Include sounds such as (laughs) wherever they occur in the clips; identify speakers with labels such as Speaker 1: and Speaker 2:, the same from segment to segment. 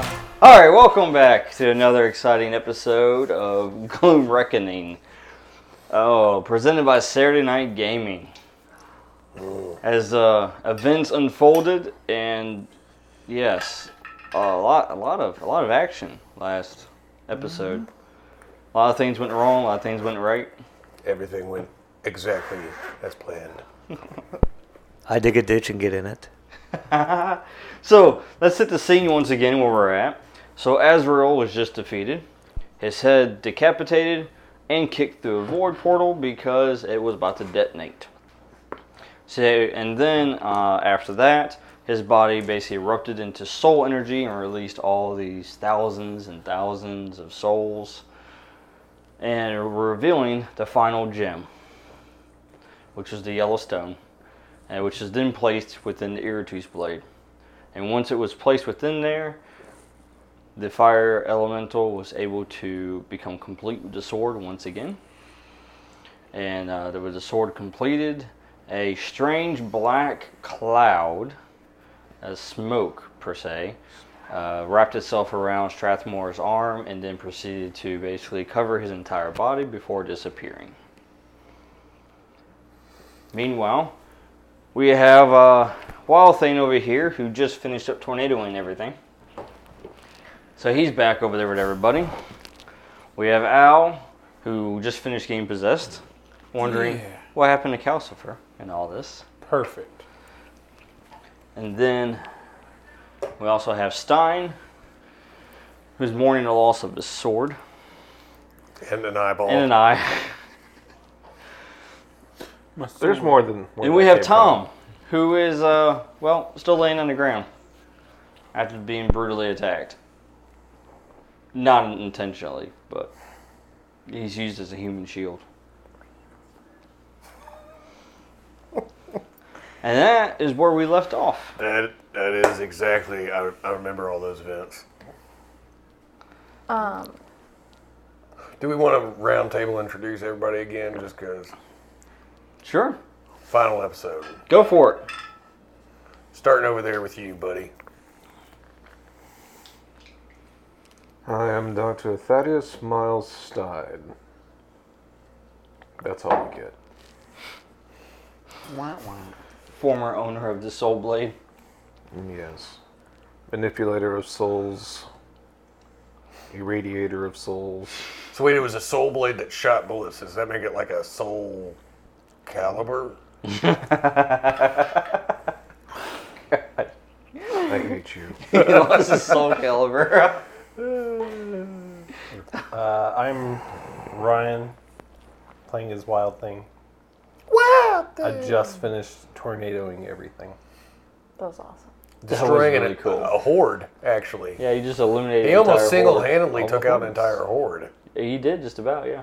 Speaker 1: right, welcome back to another exciting episode of (laughs) Gloom Reckoning. Oh, presented by Saturday Night Gaming. As uh, events unfolded, and yes, a lot, a lot of, a lot of action last episode. A lot of things went wrong. A lot of things went right.
Speaker 2: Everything went exactly as planned.
Speaker 3: I dig a ditch and get in it.
Speaker 1: So let's hit the scene once again where we're at. So Azrael was just defeated, his head decapitated, and kicked through a void portal because it was about to detonate. So and then uh, after that, his body basically erupted into soul energy and released all these thousands and thousands of souls, and revealing the final gem, which is the yellow stone, and which is then placed within the Iritus blade. And once it was placed within there, the fire elemental was able to become complete with the sword once again. And uh, there was a sword completed. A strange black cloud, a smoke per se, uh, wrapped itself around Strathmore's arm and then proceeded to basically cover his entire body before disappearing. Meanwhile, we have uh, Wild Thing over here who just finished up tornadoing everything. So he's back over there with everybody. We have Al who just finished getting possessed, wondering
Speaker 2: Yeah.
Speaker 1: what happened to Calcifer and all this.
Speaker 2: Perfect.
Speaker 1: And then we also have Stein who's mourning the loss of his sword
Speaker 2: And an eyeball.
Speaker 1: and an eye.
Speaker 4: There's more than. where
Speaker 1: And we
Speaker 4: that
Speaker 1: have
Speaker 4: came from.
Speaker 1: Tom who is, uh, well, still laying on the ground after being brutally attacked. Not intentionally, but he's used as a human shield. and that is where we left off.
Speaker 2: that, that is exactly, I, I remember all those events.
Speaker 5: Um,
Speaker 2: Do we want to round table introduce everybody again just because?
Speaker 1: Sure.
Speaker 2: Final episode.
Speaker 1: Go for it.
Speaker 2: Starting over there with you, buddy.
Speaker 4: I am Dr. Thaddeus Miles Stein. That's all we get.
Speaker 1: Former owner of the Soul Blade.
Speaker 4: Yes. Manipulator of souls. Irradiator of souls.
Speaker 2: So, wait, it was a soul blade that shot bullets. Does that make it like a soul caliber?
Speaker 4: I hate you.
Speaker 1: he lost his soul caliber.
Speaker 6: Uh, I'm Ryan, playing his wild thing.
Speaker 2: Wow!
Speaker 6: I just finished tornadoing everything.
Speaker 5: that was awesome.
Speaker 2: Destroying
Speaker 1: really
Speaker 2: an,
Speaker 1: cool.
Speaker 2: a horde, actually.
Speaker 1: (laughs) yeah, he just eliminated.
Speaker 2: He
Speaker 1: an
Speaker 2: almost
Speaker 1: entire horde.
Speaker 2: single handedly took out an entire horde.
Speaker 1: He did just about, yeah.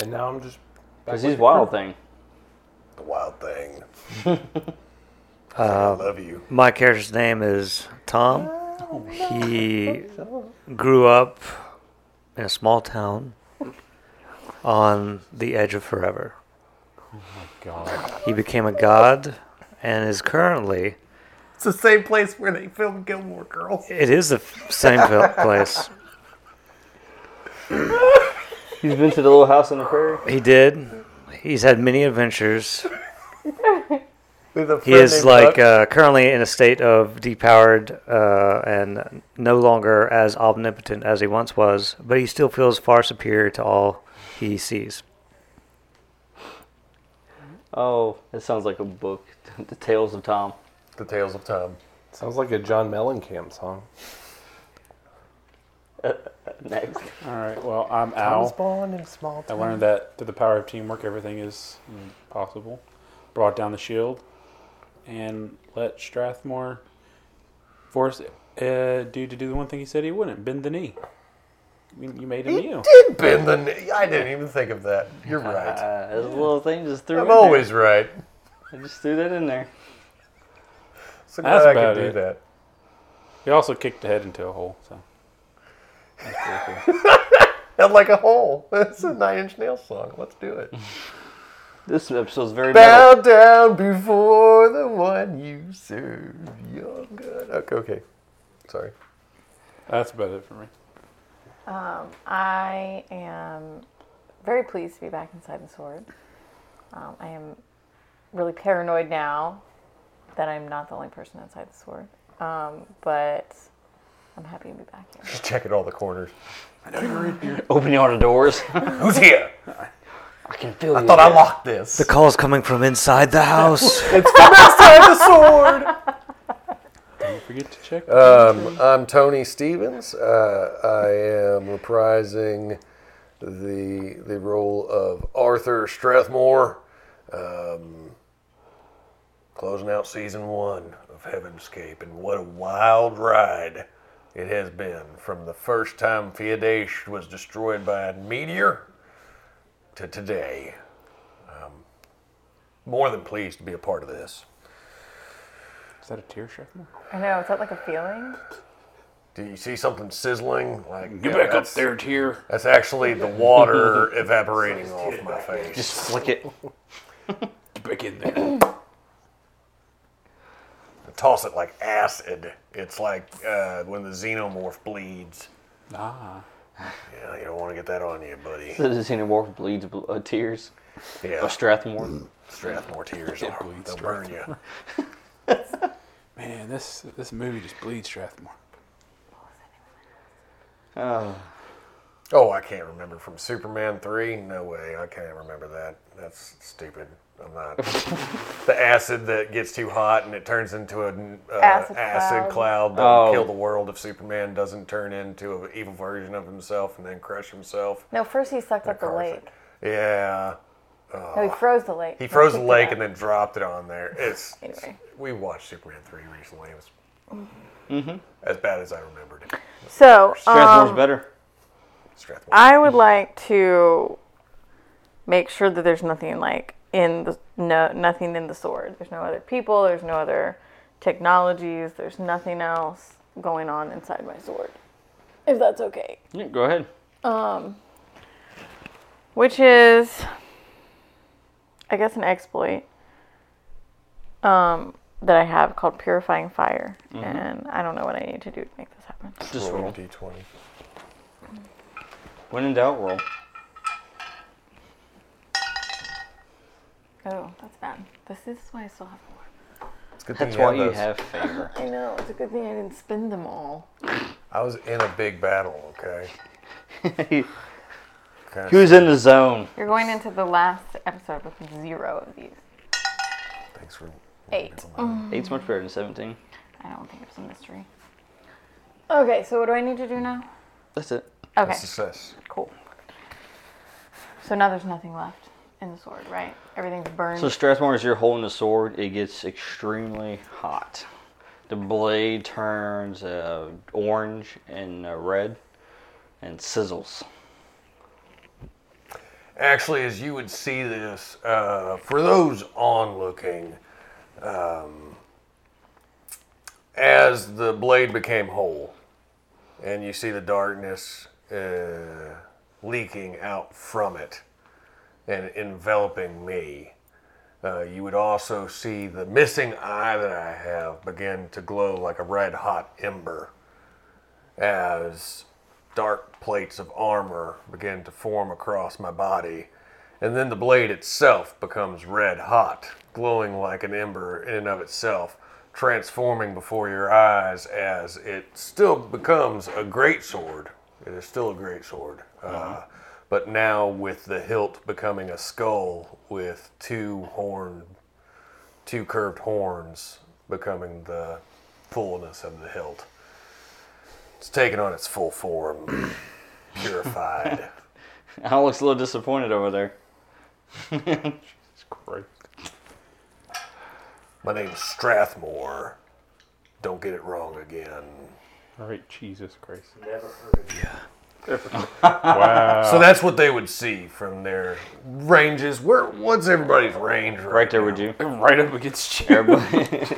Speaker 6: And now I'm just.
Speaker 1: Because he's Wild Thing.
Speaker 2: The wild thing. I
Speaker 3: Uh,
Speaker 2: love you.
Speaker 3: my character's name is Tom. He grew up in a small town on the edge of forever.
Speaker 6: God.
Speaker 3: He became a god and is currently.
Speaker 6: It's the same place where they filmed Gilmore Girls.
Speaker 3: It is the f- same fil- place.
Speaker 1: He's been to the little house on the prairie.
Speaker 3: He did. He's had many adventures.
Speaker 2: With a
Speaker 3: He
Speaker 2: friend
Speaker 3: is
Speaker 2: named
Speaker 3: like
Speaker 2: Buck.
Speaker 3: uh, currently in a state of depowered uh, and no longer as omnipotent as he once was, but he still feels far superior to all he sees.
Speaker 1: Oh, it sounds like a book. (laughs) the Tales of Tom.
Speaker 2: The Tales of Tom.
Speaker 6: Sounds like a John Mellencamp song.
Speaker 1: Next.
Speaker 7: All right. Well, I'm Al.
Speaker 6: born in a small
Speaker 7: I learned that through the power of teamwork, everything is mm, possible. Brought down the shield, and let Strathmore force uh, dude to do the one thing he said he wouldn't: bend the knee. You you made him you.
Speaker 2: Did bend the knee. I didn't even think of that. You're right.
Speaker 1: Uh, this little thing just threw.
Speaker 2: I'm
Speaker 1: in
Speaker 2: always right.
Speaker 1: There. I just threw that in there.
Speaker 2: So glad
Speaker 7: That's
Speaker 2: I could
Speaker 7: about
Speaker 2: do
Speaker 7: it.
Speaker 2: that.
Speaker 7: He also kicked the head into a hole. So. That's pretty cool.
Speaker 2: And like a hole. (laughs) That's a Nine Inch Nails song. Let's do it.
Speaker 1: This episode's very bad.
Speaker 2: Bow down before the one you serve. Young God. Okay, okay. Sorry.
Speaker 7: That's about it for me.
Speaker 5: I am very pleased to be back inside the sword. Um, I am really paranoid now that I'm not the only person inside the sword, um, but I'm happy to be back here.
Speaker 2: Just checking all the corners.
Speaker 1: Opening all the doors. (laughs)
Speaker 2: Who's here?
Speaker 1: I can feel you.
Speaker 2: Thought I locked this.
Speaker 3: The call's coming from inside the house.
Speaker 7: Don't forget to check.
Speaker 2: Um, I'm Tony Stevens. Uh, I am reprising the the role of Arthur Strathmore, um, closing out season one of Heavenscape, and what a wild ride it has been from the first time Fiadesh was destroyed by a meteor to today. Um, more than pleased to be a part of this.
Speaker 7: Is that a tear shrapnel?
Speaker 5: I know, is that like a feeling?
Speaker 2: Do you see something sizzling? Like yeah,
Speaker 7: Get back up
Speaker 2: that's-
Speaker 7: there, tear.
Speaker 2: That's actually
Speaker 1: (laughs)
Speaker 2: the water evaporating off my face.
Speaker 1: Just flick it.
Speaker 7: Get back in there.
Speaker 2: Toss it like acid. It's like uh, when the xenomorph bleeds.
Speaker 7: (coughs) ah.
Speaker 2: Yeah, you don't want to get that on you, buddy.
Speaker 1: The xenomorph bleeds bl- uh, tears.
Speaker 2: Yeah,
Speaker 1: Of Strathmore.
Speaker 2: Strathmore tears.
Speaker 7: It
Speaker 2: are-
Speaker 7: bleeds
Speaker 2: They'll burn you.
Speaker 7: Man, this this movie just bleeds Strathmore.
Speaker 2: Oh, I can't remember from Superman three. No way, I can't remember that. That's stupid. I'm not.
Speaker 1: (laughs)
Speaker 2: the acid that gets too hot and it turns into an uh,
Speaker 5: Acid
Speaker 2: acid cloud, that
Speaker 1: Oh.
Speaker 2: will kill the world if Superman doesn't turn into an evil version of himself and then crush himself.
Speaker 5: No, first he sucked up the
Speaker 2: Carson.
Speaker 5: lake.
Speaker 2: Yeah.
Speaker 5: No, he froze the lake.
Speaker 2: He froze the
Speaker 5: kicked it
Speaker 2: lake
Speaker 5: out.
Speaker 2: and then dropped it on there. It's, it's-
Speaker 5: (laughs) Anyway.
Speaker 2: we watched Superman three recently. It was
Speaker 1: Mm-hmm.
Speaker 2: as bad as I remembered. it.
Speaker 5: So, um,
Speaker 1: Strathmore's better.
Speaker 2: Strathmore.
Speaker 5: I would like to make sure that there's nothing like in the no nothing in the sword. There's no other people. There's no other technologies. There's nothing else going on inside my sword. If that's okay.
Speaker 1: Yeah, go ahead.
Speaker 5: Which is, I guess, an exploit um, that I have called Purifying Fire, and I don't know what I need to do to make this happen.
Speaker 1: Just roll.
Speaker 2: D twenty.
Speaker 1: When in doubt, roll.
Speaker 5: Oh, that's bad. This is why I still have more.
Speaker 2: It's a good thing
Speaker 1: That's why you
Speaker 2: those.
Speaker 1: have favor.
Speaker 5: I know. It's a good thing I didn't spend them all.
Speaker 2: I was in a big battle. Okay.
Speaker 1: (laughs) he
Speaker 2: Okay.
Speaker 1: was in the zone.
Speaker 5: You're going into the last episode with zero of these.
Speaker 2: Thanks for
Speaker 5: Eight.
Speaker 1: Eight's much better than 17.
Speaker 5: I don't think it's a mystery. Okay, so what do I need to do now?
Speaker 1: That's it.
Speaker 5: Okay,
Speaker 2: success.
Speaker 5: cool. So now there's nothing left in the sword, right? Everything's burned.
Speaker 1: So Strathmore, as you're holding the sword, it gets extremely hot. The blade turns uh, orange and uh, red, and sizzles. (laughs)
Speaker 2: Actually, as you would see this, uh, for those onlooking, um, as the blade became whole, and you see the darkness uh, leaking out from it and enveloping me, uh, you would also see the missing eye that I have begin to glow like a red hot ember as dark plates of armor begin to form across my body. And then the blade itself becomes red hot, glowing like an ember in and of itself, transforming before your eyes as it still becomes a great sword. It is still a great sword. Uh, but now with the hilt becoming a skull with two horn two curved horns becoming the fullness of the hilt. It's taken on its full form, (clears throat) purified.
Speaker 1: Al looks a little disappointed over there.
Speaker 2: My name's Strathmore. Don't get it wrong again.
Speaker 7: All right, Jesus Christ.
Speaker 2: So that's what they would see from their ranges. Where what's everybody's range right,
Speaker 1: Right there
Speaker 2: now?
Speaker 1: with you.
Speaker 7: Right up against you.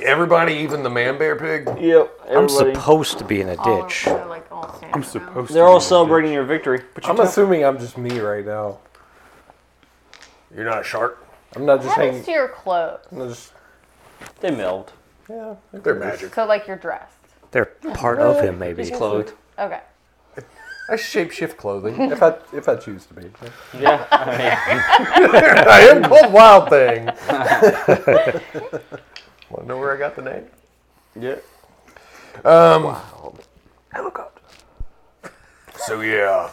Speaker 2: Everybody, even the man bear pig.
Speaker 1: Yep.
Speaker 3: I'm
Speaker 1: Everybody.
Speaker 3: supposed to be in a
Speaker 5: all,
Speaker 3: ditch.
Speaker 5: they're, like, all standing around.
Speaker 1: They're all celebrating your victory.
Speaker 4: I'm assuming I'm just me right now.
Speaker 2: You're not a shark.
Speaker 4: I'm not just
Speaker 5: What
Speaker 4: hanging.
Speaker 5: happens to your clothes?
Speaker 4: I'm not just,
Speaker 1: They meld.
Speaker 4: yeah,
Speaker 2: They're magic.
Speaker 5: So like you're dressed.
Speaker 3: They're part of him, maybe.
Speaker 1: He's clothed.
Speaker 5: Okay.
Speaker 2: I shapeshift
Speaker 4: (laughs)
Speaker 2: clothing.
Speaker 4: If I if I choose to be.
Speaker 1: (laughs) Yeah. I mean,
Speaker 2: I am called Wild
Speaker 6: (laughs)
Speaker 2: Thing. Want to know where I got the name?
Speaker 1: yeah.
Speaker 2: Um, So yeah,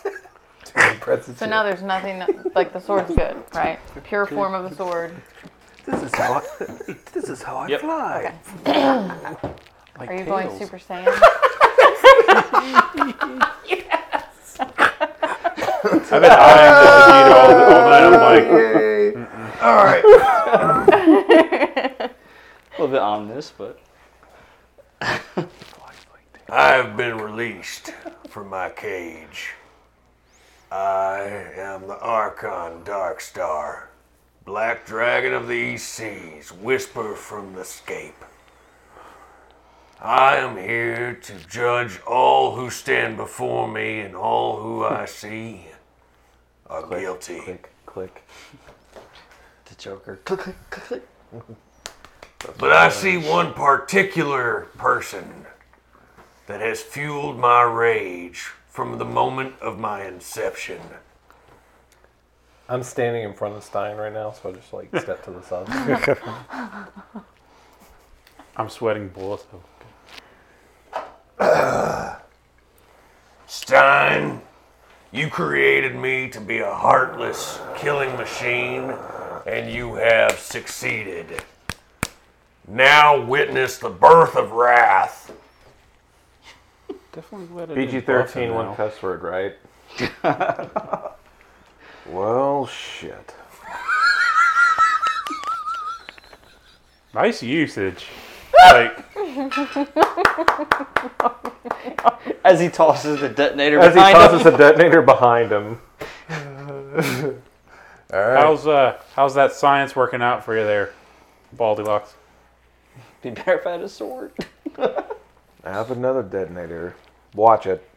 Speaker 4: Impressive.
Speaker 5: So now there's nothing like the sword's
Speaker 8: (laughs)
Speaker 5: good, right? Pure form of the sword.
Speaker 8: This is how I, this is how I
Speaker 7: Yep.
Speaker 8: fly. (coughs)
Speaker 7: Like
Speaker 5: Are you going
Speaker 7: tails.
Speaker 5: Super Saiyan?
Speaker 7: I've been eyeing the all, all night. I'm like,
Speaker 2: all right.
Speaker 1: A little bit ominous, but
Speaker 2: I have been released from my cage. I am the Archon Darkstar, Black Dragon of the East Seas, Whisper from the Scape. I am here to judge all who stand before me and all who I see are guilty.
Speaker 4: click, click.
Speaker 1: the Joker. Click, click, click, click.
Speaker 2: But I see one particular person that has fueled my rage from the moment of my inception.
Speaker 4: I'm standing in front of Stein right now, so I just like step to the side. (laughs)
Speaker 7: I'm sweating bullets. Oh, good.
Speaker 2: Stein, you created me to be a heartless killing machine, and you have succeeded. Now witness the birth of wrath.
Speaker 7: Definitely glad I
Speaker 6: PG
Speaker 7: didn't bluff him
Speaker 6: thirteen one
Speaker 7: now.
Speaker 6: cuss word, right?
Speaker 4: well, shit.
Speaker 7: Nice usage. Like,
Speaker 1: As he tosses the detonator
Speaker 6: As he
Speaker 1: behind him.
Speaker 6: tosses a detonator behind him.
Speaker 7: how's uh, how's that science working out for you there, Baldylocks?
Speaker 1: Be better if I had a sword. (laughs)
Speaker 8: I have another detonator. Watch it.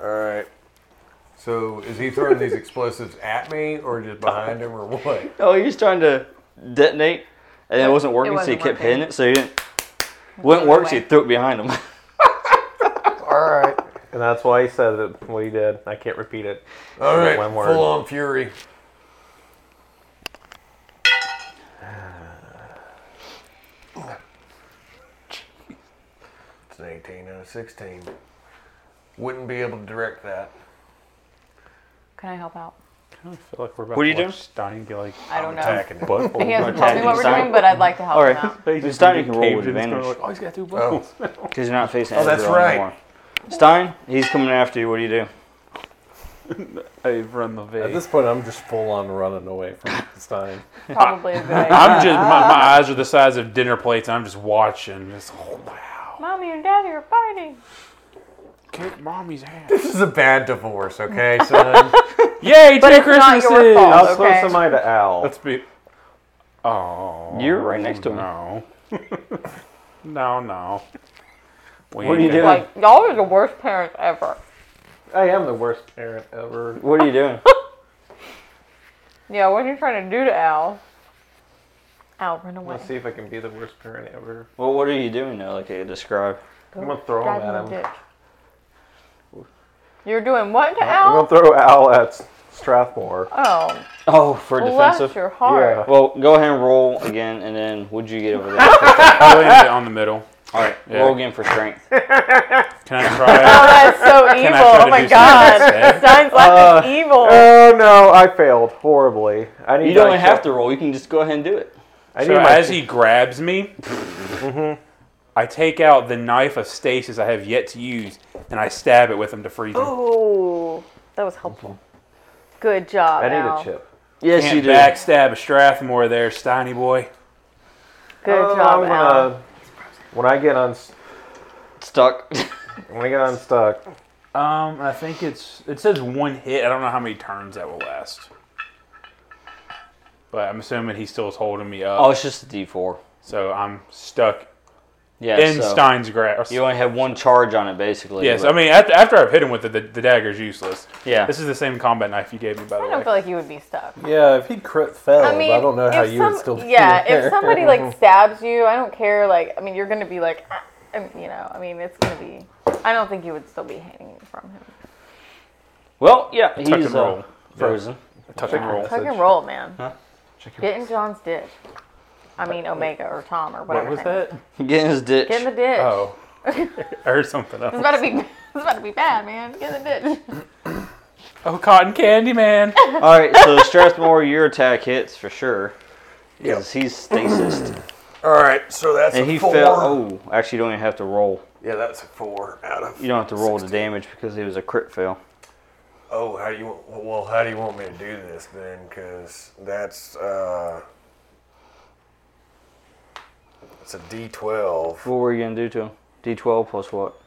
Speaker 2: All right. So, is he throwing these (laughs) explosives at me, or just behind him, or what?
Speaker 1: Oh, he was trying to detonate, and it wasn't working, so he
Speaker 5: wasn't
Speaker 1: kept
Speaker 5: working.
Speaker 1: hitting it. So he didn't. Wouldn't work, so he
Speaker 5: away.
Speaker 1: threw it behind him. (laughs)
Speaker 6: And that's why he said it, what he did. I can't repeat it.
Speaker 2: All right,
Speaker 6: One word.
Speaker 2: full on fury. It's an 18 out of 16. Wouldn't be able to direct that.
Speaker 5: Can I help out?
Speaker 7: I kinda feel like we're about
Speaker 1: What are
Speaker 7: to
Speaker 1: you
Speaker 7: watch
Speaker 1: doing?
Speaker 7: Stein be like,
Speaker 5: I don't know.
Speaker 2: Attacking it.
Speaker 5: (laughs)
Speaker 7: butt
Speaker 5: He hasn't told me
Speaker 1: Attacking
Speaker 5: what we're
Speaker 1: Stein.
Speaker 5: doing, but I'd like to help
Speaker 1: All
Speaker 5: him
Speaker 1: right.
Speaker 5: out.
Speaker 1: This time you can roll with advantage.
Speaker 7: oh, he's got two
Speaker 2: Oh.
Speaker 7: buttons.
Speaker 1: Because you're not facing
Speaker 2: Oh, that's
Speaker 1: Ezreal
Speaker 2: right.
Speaker 1: anymore. Stein, he's coming after you. What do you do?
Speaker 7: I've run the
Speaker 4: At
Speaker 7: vase.
Speaker 4: this point, I'm just full on running away from Stein.
Speaker 5: Probably a good idea.
Speaker 7: I'm just my, my eyes are the size of dinner plates. and I'm just watching. Just oh, wow,
Speaker 5: Mommy and Daddy are fighting.
Speaker 7: kick mommy's ass.
Speaker 2: This is a bad
Speaker 1: (laughs)
Speaker 2: divorce, okay, son?
Speaker 7: Yay,
Speaker 5: But
Speaker 7: two
Speaker 5: it's not your
Speaker 7: Christmases. Oh,
Speaker 5: fault.
Speaker 6: How
Speaker 5: Okay.
Speaker 6: close am I to Al?
Speaker 7: Let's be. Oh,
Speaker 5: (laughs)
Speaker 1: You're right next to him. (laughs)
Speaker 7: No, no, no. We
Speaker 6: What are
Speaker 7: ain't
Speaker 6: you
Speaker 7: gonna-
Speaker 6: doing?
Speaker 5: Like, y'all are the worst parents ever.
Speaker 6: I am the worst parent ever.
Speaker 1: (laughs) What are you doing?
Speaker 5: Yeah, what are you trying to do to Al? Al, run away.
Speaker 6: Let's see if I can be the worst parent ever.
Speaker 1: well, what are you doing now? Like, uh, describe.
Speaker 6: I'm gonna throw him
Speaker 5: Grab
Speaker 6: at
Speaker 5: him a
Speaker 6: him.
Speaker 5: ditch. You're doing what to
Speaker 6: I'm
Speaker 5: Al?
Speaker 6: gonna throw Al at Strathmore.
Speaker 5: Oh,
Speaker 1: Oh, for
Speaker 5: bless
Speaker 1: defensive.
Speaker 5: your heart.
Speaker 6: Yeah.
Speaker 1: Well, go ahead and roll again, and then would you get over there?
Speaker 7: I landed it on the middle.
Speaker 1: All right,
Speaker 7: Yeah.
Speaker 1: roll again for strength.
Speaker 7: Can I try?
Speaker 5: Oh, (laughs) that's so
Speaker 7: Can
Speaker 5: evil.
Speaker 7: I try to
Speaker 5: Oh my
Speaker 7: do something
Speaker 5: god.
Speaker 7: instead?
Speaker 5: Stein's life is evil.
Speaker 4: uh,
Speaker 6: Oh no, I failed horribly. I need
Speaker 1: You
Speaker 6: to,
Speaker 1: don't
Speaker 6: like,
Speaker 1: even have to roll. You can just go ahead and do it.
Speaker 6: I need
Speaker 7: So
Speaker 6: my
Speaker 7: as he grabs me, Mm-hmm. I take out the knife of stasis I have yet to use, and I stab it with him to freeze
Speaker 1: Oh,
Speaker 5: Ooh,
Speaker 7: him.
Speaker 5: that was helpful. Good job,
Speaker 6: I need
Speaker 5: Al.
Speaker 6: a chip.
Speaker 1: Yes, you
Speaker 7: Can't
Speaker 1: do.
Speaker 7: backstab a Strathmore there, Steiny boy.
Speaker 5: Good
Speaker 6: Oh,
Speaker 5: job,
Speaker 6: I'm
Speaker 5: Al.
Speaker 6: gonna, when I get on
Speaker 1: Stuck.
Speaker 6: when I get unstuck,
Speaker 7: Um, I think it's it says one hit. I don't know how many turns that will last. But I'm assuming he still is holding me up,
Speaker 1: (laughs) oh, it's just a D4.
Speaker 7: so I'm stuck
Speaker 1: Yeah.
Speaker 7: in
Speaker 1: so
Speaker 7: Stein's grasp.
Speaker 1: You only have one charge on it, basically.
Speaker 7: Yes,
Speaker 1: but-
Speaker 7: I mean after, after I've hit him with it, the, the dagger's useless.
Speaker 1: yeah.
Speaker 7: This is the same combat knife you gave me, by the
Speaker 5: I don't
Speaker 7: way.
Speaker 5: feel like you would be stuck.
Speaker 4: Yeah, if he crit failed,
Speaker 5: I mean,
Speaker 4: I don't know how
Speaker 5: if
Speaker 4: you
Speaker 5: some,
Speaker 4: would still be
Speaker 5: Yeah,
Speaker 4: there.
Speaker 5: if somebody like stabs you, I don't care. Like, I mean, you're gonna be like, "Ah, I mean, you know, I mean, it's gonna be. I don't think you would still be hanging from him.
Speaker 1: Well, yeah, he's
Speaker 7: and
Speaker 1: uh,
Speaker 7: roll.
Speaker 1: frozen. (laughs)
Speaker 7: Tuck and roll.
Speaker 5: Tuck and roll, man.
Speaker 6: Check your
Speaker 5: Get in John's ditch. I mean, Omega or Tom or
Speaker 7: What
Speaker 5: whatever.
Speaker 7: was
Speaker 5: his name is.
Speaker 7: that?
Speaker 1: Get in his ditch.
Speaker 5: Get in the ditch.
Speaker 7: Oh, I heard something
Speaker 5: It's
Speaker 7: else.
Speaker 5: about to be. (laughs) It's about to be bad, man. Get in the ditch. (laughs)
Speaker 7: Oh, cotton candy man.
Speaker 1: All right, so Strathmore, your attack hits for sure. Because he's stasised.
Speaker 2: All right, so that's
Speaker 1: and
Speaker 2: a
Speaker 1: he
Speaker 2: four.
Speaker 1: fell. Oh, actually, you don't even have to roll.
Speaker 2: Yeah, that's a four out of.
Speaker 1: You don't have to roll the damage because it was a crit fail.
Speaker 2: Oh, how do you? Well, how do you want me to do this then? Because that's uh, it's a D twelve.
Speaker 1: What were you going to do to him? D12 plus what?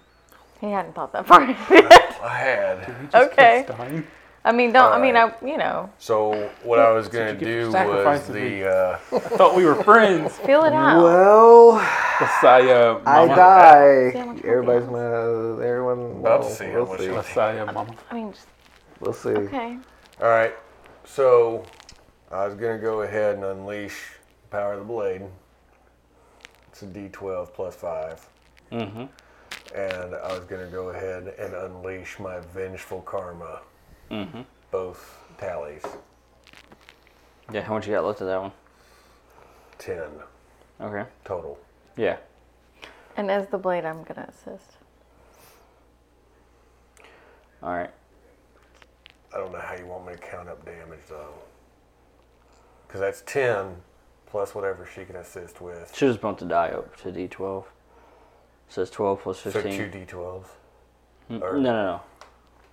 Speaker 5: He hadn't thought that far.
Speaker 2: I had.
Speaker 5: okay.
Speaker 7: Dying.
Speaker 5: I mean, don't. I mean, I. You know,
Speaker 2: So what I was gonna
Speaker 7: Did you
Speaker 2: do was
Speaker 7: sacrifice me?
Speaker 2: the. Uh,
Speaker 7: Thought we were friends.
Speaker 5: feel it out.
Speaker 8: Well,
Speaker 7: Messiah.
Speaker 8: I
Speaker 7: mama.
Speaker 8: die.
Speaker 5: Yeah, much more
Speaker 8: Everybody's
Speaker 5: damage.
Speaker 8: gonna. Everyone.
Speaker 2: Well,
Speaker 8: Well,
Speaker 6: Oh,
Speaker 2: let's see how
Speaker 8: we'll
Speaker 2: much
Speaker 8: see.
Speaker 2: it is.
Speaker 7: Messiah mama.
Speaker 5: I mean, just,
Speaker 8: We'll see.
Speaker 5: okay.
Speaker 2: all right, so I was gonna go ahead and unleash the power of the blade. It's a D twelve plus five.
Speaker 1: Mm-hmm.
Speaker 2: and I was gonna go ahead and unleash my vengeful karma.
Speaker 1: Mm-hmm.
Speaker 2: Both tallies,
Speaker 1: Yeah, how much you got left of that one?
Speaker 2: ten
Speaker 1: Okay.
Speaker 2: total.
Speaker 1: Yeah.
Speaker 5: And as the blade, I'm gonna assist.
Speaker 1: All right.
Speaker 2: I don't know how you want me to count up damage though, because that's ten plus whatever she can assist with.
Speaker 1: Should just bump the die up to D12. Says 12 plus
Speaker 2: So two
Speaker 1: 15.
Speaker 2: d twelves.
Speaker 1: Mm, no, no, no.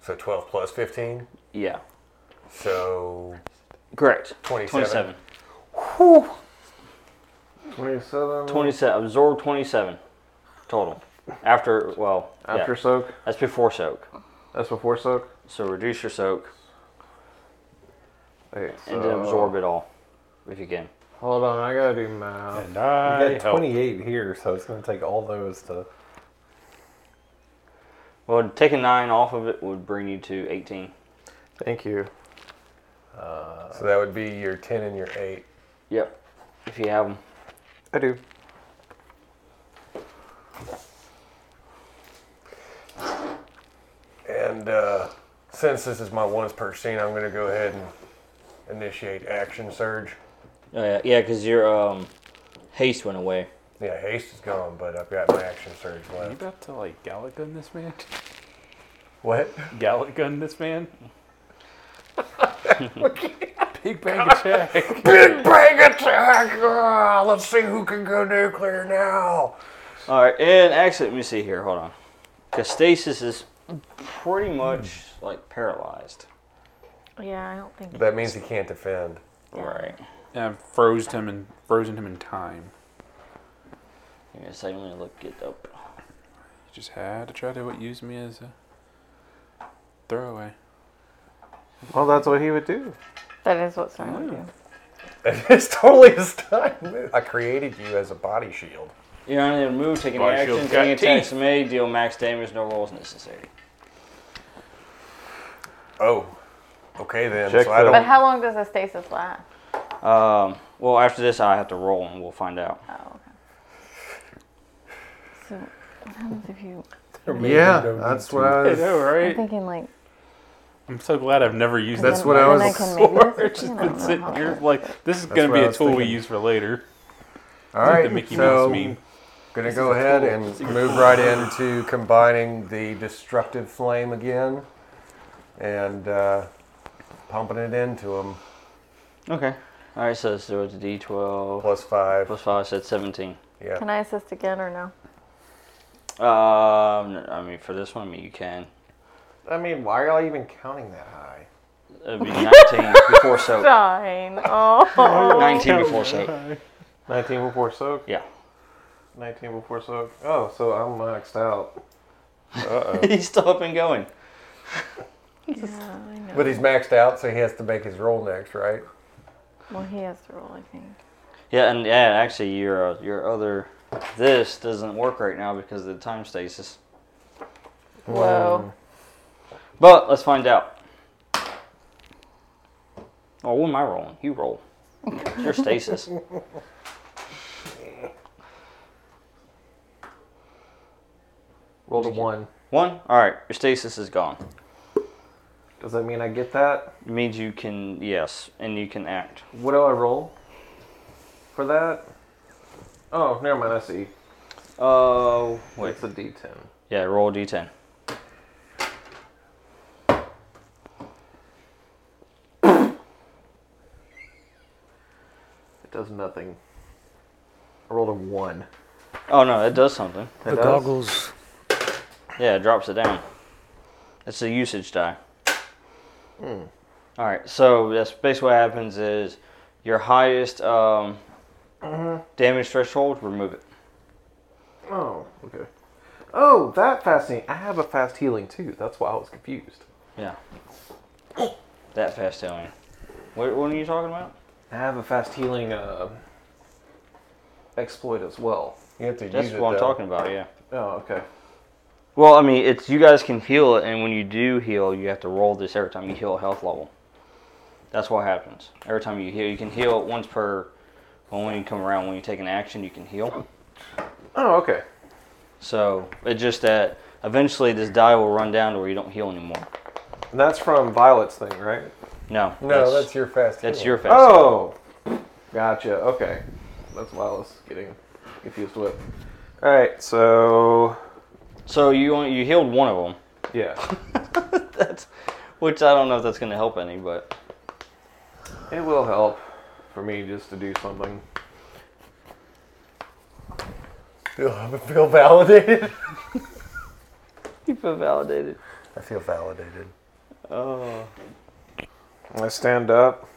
Speaker 2: So twelve plus fifteen.
Speaker 1: Yeah.
Speaker 2: So
Speaker 1: Correct.
Speaker 2: 27.
Speaker 1: 27.
Speaker 8: 27.
Speaker 1: 27. Absorb 27 total. After, well, yeah.
Speaker 8: After soak.
Speaker 1: that's before soak.
Speaker 8: That's before soak.
Speaker 1: So reduce your soak
Speaker 8: Okay. So,
Speaker 6: um,
Speaker 1: and then absorb it all if you can.
Speaker 8: Hold on, I gotta do math.
Speaker 6: uh,
Speaker 7: And I
Speaker 6: You got
Speaker 7: help.
Speaker 6: 28 here, so it's going to take all those to.
Speaker 1: Well, taking 9 off of it would bring you to 18.
Speaker 8: Thank you.
Speaker 6: uh,
Speaker 2: so that would be your ten and your eight.
Speaker 1: Yep. If you have them.
Speaker 8: I do.
Speaker 2: And uh, since this is my once per scene, I'm gonna go ahead and initiate action surge.
Speaker 1: Oh, yeah, yeah, because your um, haste went away.
Speaker 2: Yeah, haste is gone, but I've got my action surge
Speaker 7: Are you
Speaker 2: left.
Speaker 7: about to like gallic gun this man?
Speaker 2: What? (laughs)
Speaker 7: Gallic gun this
Speaker 8: (laughs)
Speaker 7: man? Big bang attack.
Speaker 8: (laughs)
Speaker 2: Big bang attack! Ah, let's see who can go nuclear now.
Speaker 1: All right, and actually, let me see here. Hold on. Because stasis is pretty much
Speaker 7: Hmm.
Speaker 1: like paralyzed.
Speaker 5: Yeah, I don't think.
Speaker 2: That means he can't defend.
Speaker 1: Right.
Speaker 7: Yeah, I've frozen him and frozen him in time.
Speaker 1: Give me a second. Let me look it up.
Speaker 7: He just had to try to use me as a throwaway.
Speaker 8: Well, that's what he would do.
Speaker 5: That is what Simon would do.
Speaker 2: (laughs) it's totally his time. move. I created you as a body shield.
Speaker 1: You're unable to move, take any
Speaker 7: Body
Speaker 1: action,
Speaker 7: shield's
Speaker 1: taking
Speaker 7: got
Speaker 1: attacks
Speaker 7: teeth.
Speaker 1: made, deal max damage, no rolls necessary.
Speaker 2: Oh, okay then.
Speaker 8: Check
Speaker 2: so I
Speaker 8: the-
Speaker 5: But
Speaker 2: don't.
Speaker 5: how long does the stasis last?
Speaker 1: Um, well, after this, I have to roll and we'll find out.
Speaker 5: Oh, okay. So, what happens if you?
Speaker 8: Yeah, that's what I
Speaker 7: I
Speaker 8: was.
Speaker 7: know,
Speaker 5: I'm
Speaker 7: right?
Speaker 5: thinking like.
Speaker 7: I'm so glad I've never used
Speaker 8: That's
Speaker 7: this.
Speaker 5: then-
Speaker 8: what I
Speaker 5: then
Speaker 8: was-
Speaker 5: can make
Speaker 7: before. (laughs)
Speaker 5: this,
Speaker 7: It's
Speaker 5: you
Speaker 7: just
Speaker 5: know,
Speaker 7: been sitting
Speaker 5: how
Speaker 7: here
Speaker 5: long-
Speaker 7: like this is
Speaker 8: That's
Speaker 7: gonna
Speaker 8: what
Speaker 7: be
Speaker 8: I
Speaker 7: a
Speaker 8: was
Speaker 7: tool we
Speaker 8: thinking.
Speaker 7: use for later.
Speaker 2: All
Speaker 7: Like
Speaker 2: right,
Speaker 7: the Mickey
Speaker 2: so
Speaker 7: Mouse meme.
Speaker 2: gonna go ahead and move right into combining the destructive flame again, and uh, pumping it into him.
Speaker 1: Okay. All right, so let's do it to D12.
Speaker 2: Plus five.
Speaker 1: Plus 5, so that's 17.
Speaker 2: Yeah.
Speaker 5: Can I assist again or no?
Speaker 1: Um, I mean, for this one, I mean, you can.
Speaker 8: I mean, why are y'all even counting that high?
Speaker 1: It'd
Speaker 7: (laughs)
Speaker 1: be 19 before soak.
Speaker 5: (laughs) Fine. Oh.
Speaker 1: 19 before soak.
Speaker 8: 19 before soak.
Speaker 1: Yeah.
Speaker 8: 19 before soak. Oh, so I'm maxed out.
Speaker 7: Oh.
Speaker 1: (laughs) He's still up and going.
Speaker 5: yeah, I know.
Speaker 2: But he's maxed out, so he has to make his roll next, right?
Speaker 5: Well, he has to roll, I think.
Speaker 1: Yeah, and yeah, actually, your uh, your other this doesn't work right now because of the time stasis.
Speaker 5: Whoa.
Speaker 1: But let's find out. Oh, what am I rolling? You roll. It's your stasis.
Speaker 6: Rolled a one.
Speaker 1: One. All right. Your stasis is gone.
Speaker 6: Does that mean I get that?
Speaker 1: It means you can yes, and you can act.
Speaker 6: What do I roll for that? Oh, never mind. I see.
Speaker 1: Oh wait.
Speaker 6: It's a D10.
Speaker 1: Yeah. Roll a d10.
Speaker 6: It does nothing. I rolled a one.
Speaker 1: Oh no, it does something.
Speaker 6: It
Speaker 3: the
Speaker 6: does?
Speaker 3: goggles.
Speaker 1: Yeah, it drops it down. It's a usage die.
Speaker 2: Hmm.
Speaker 1: All right, so that's basically what happens is your highest um,
Speaker 2: Mm-hmm.
Speaker 1: damage threshold, remove it.
Speaker 6: Oh, okay. Oh, that fascinating. I have a fast healing too. That's why I was confused.
Speaker 1: Yeah. (coughs) That fast healing. What, what are you talking about?
Speaker 6: I have a fast healing uh, exploit as well.
Speaker 2: You have to
Speaker 1: That's
Speaker 2: use it.
Speaker 1: what I'm
Speaker 2: though.
Speaker 1: talking about, yeah.
Speaker 6: Oh, okay.
Speaker 1: Well, I mean, it's you guys can heal it, and when you do heal, you have to roll this every time you heal a health level. That's what happens. Every time you heal, you can heal it once per. Well, when you come around, when you take an action, you can heal.
Speaker 6: Oh, okay.
Speaker 1: So it's just that eventually this die will run down to where you don't heal anymore.
Speaker 6: And that's from Violet's thing, right?
Speaker 1: No.
Speaker 2: No, that's, your fast.
Speaker 1: that's
Speaker 2: healing.
Speaker 1: your fast.
Speaker 6: Oh, gotcha. Okay, that's why I was getting confused with. All right, so
Speaker 1: So you only, you healed one of
Speaker 6: yeah,
Speaker 1: them. (laughs) that's which I don't know if that's gonna help any, but
Speaker 6: it will help for me just to do something.
Speaker 2: (laughs) Feel, feel validated.
Speaker 1: you feel validated.
Speaker 2: (laughs) I feel validated.
Speaker 1: Oh.
Speaker 6: I stand up,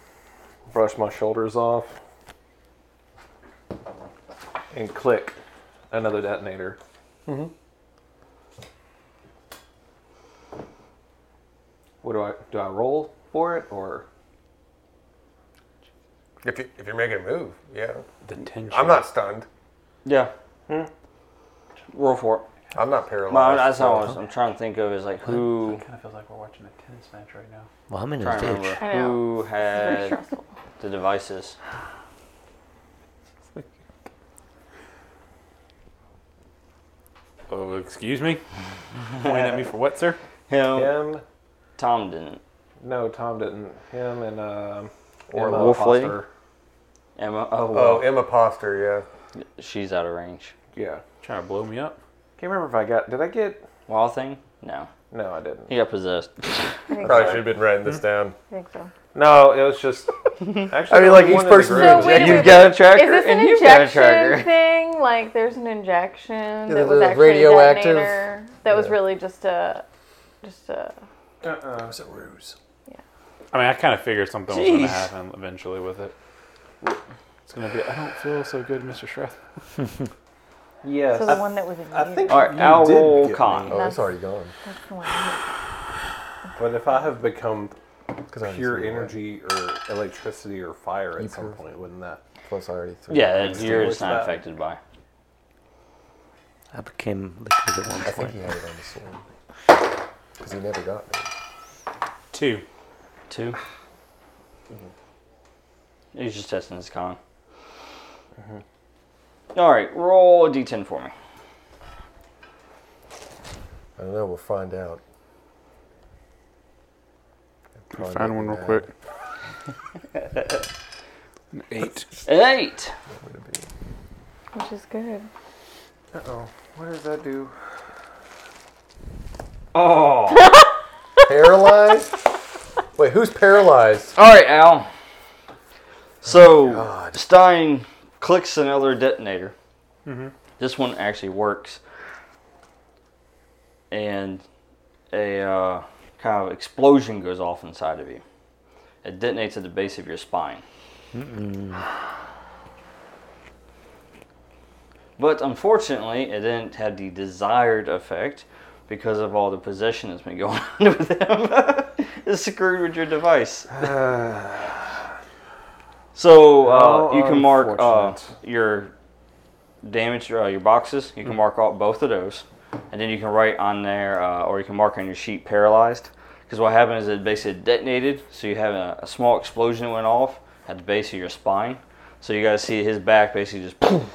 Speaker 6: brush my shoulders off, and click another detonator. What do I do? I roll for it or
Speaker 2: If you if you're making a move, yeah.
Speaker 7: The tension.
Speaker 2: I'm not stunned.
Speaker 1: Yeah.
Speaker 6: Hmm?
Speaker 1: Roll for it.
Speaker 2: I'm not paralyzed.
Speaker 1: Well, that's how I was. I'm trying to think of is like who.
Speaker 7: Kind of feels like we're watching a tennis match right now.
Speaker 3: Well, I'm in
Speaker 1: Trying
Speaker 3: his
Speaker 1: to remember
Speaker 3: ditch.
Speaker 5: I know.
Speaker 1: who
Speaker 5: Very
Speaker 1: had
Speaker 5: stressful.
Speaker 1: the devices.
Speaker 7: Oh, excuse me. (laughs) Point at me for what, sir?
Speaker 1: Him.
Speaker 6: him?
Speaker 1: Tom didn't.
Speaker 6: No, Tom didn't. Him and um,
Speaker 1: Or
Speaker 6: Emma
Speaker 1: Wolf Lady?
Speaker 6: Foster.
Speaker 1: Emma. Oh,
Speaker 2: Oh,
Speaker 1: well,
Speaker 2: Emma Poster,
Speaker 1: she's out of range.
Speaker 6: Yeah.
Speaker 7: Trying to blow me up.
Speaker 6: Can't remember if I got. Did I get?
Speaker 1: Wild thing? No.
Speaker 6: No, I didn't.
Speaker 1: He got
Speaker 5: (laughs)
Speaker 1: possessed. (laughs)
Speaker 2: yeah. Probably should have been writing this down.
Speaker 5: I think so.
Speaker 6: No, it was
Speaker 5: (laughs)
Speaker 6: just. Actually,
Speaker 2: I mean, like, each person-
Speaker 5: So wait,
Speaker 1: You've
Speaker 5: wait,
Speaker 1: got a tracker
Speaker 5: Is this an
Speaker 1: and you've got a
Speaker 5: injection
Speaker 1: tracker.
Speaker 5: (laughs) thing? Like, there's an injection that
Speaker 2: the-
Speaker 5: was
Speaker 2: the
Speaker 5: actually
Speaker 2: radioactive-
Speaker 5: radioactive. that was
Speaker 2: Yeah.
Speaker 5: really just a, just a.
Speaker 6: Uh-uh.
Speaker 2: That's a ruse.
Speaker 7: I mean, I kind of figured something was going
Speaker 1: Jeez.
Speaker 7: to happen eventually with it. It's going to be, I don't feel so good, Mr. Strath.
Speaker 6: Yes.
Speaker 5: So the one that was in
Speaker 6: I
Speaker 5: you.
Speaker 6: think.
Speaker 1: All right, I'll roll con.
Speaker 2: Oh, it's already gone.
Speaker 5: That's the one that-
Speaker 6: But if I have become
Speaker 2: Because I already
Speaker 6: pure
Speaker 2: threw it away.
Speaker 6: energy or electricity or fire at some
Speaker 2: prove-
Speaker 6: point, wouldn't that?
Speaker 2: Plus, I already threw.
Speaker 1: Yeah,
Speaker 2: it
Speaker 1: it's-
Speaker 2: away.
Speaker 1: you're
Speaker 6: what's
Speaker 1: just not
Speaker 6: that?
Speaker 1: affected by.
Speaker 3: I became liquid at one
Speaker 2: I (laughs) think he
Speaker 3: point.
Speaker 2: had it on the sword. Because he never got me.
Speaker 7: Two.
Speaker 1: Two. He's just testing his con. All right, roll a d10 for me.
Speaker 2: I don't know. We'll find out. Probably
Speaker 7: Find one real
Speaker 2: bad.
Speaker 7: quick. An Eight.
Speaker 1: An eight.
Speaker 5: which is good.
Speaker 6: Uh oh. What does that do?
Speaker 1: Oh.
Speaker 2: (laughs) Paralyzed? Wait, who's paralyzed?
Speaker 1: All right, Al. So Stein clicks another detonator. This one actually works, and a uh, kind of explosion goes off inside of you. It detonates at the base of your spine. But unfortunately, it didn't have the desired effect because of all the possession that's been (laughs) going on with him. (laughs) it screwed with your device. so uh,
Speaker 6: How
Speaker 1: you can mark uh,
Speaker 6: unfortunate.
Speaker 1: your damage, uh, your boxes. You can mark all, both of those, and then you can write on there, uh, or you can mark on your sheet paralyzed. Because what happened is it basically detonated, so you have a, a small explosion that went off at the base of your spine.
Speaker 7: Mm.
Speaker 1: So you guys see his back basically just kind of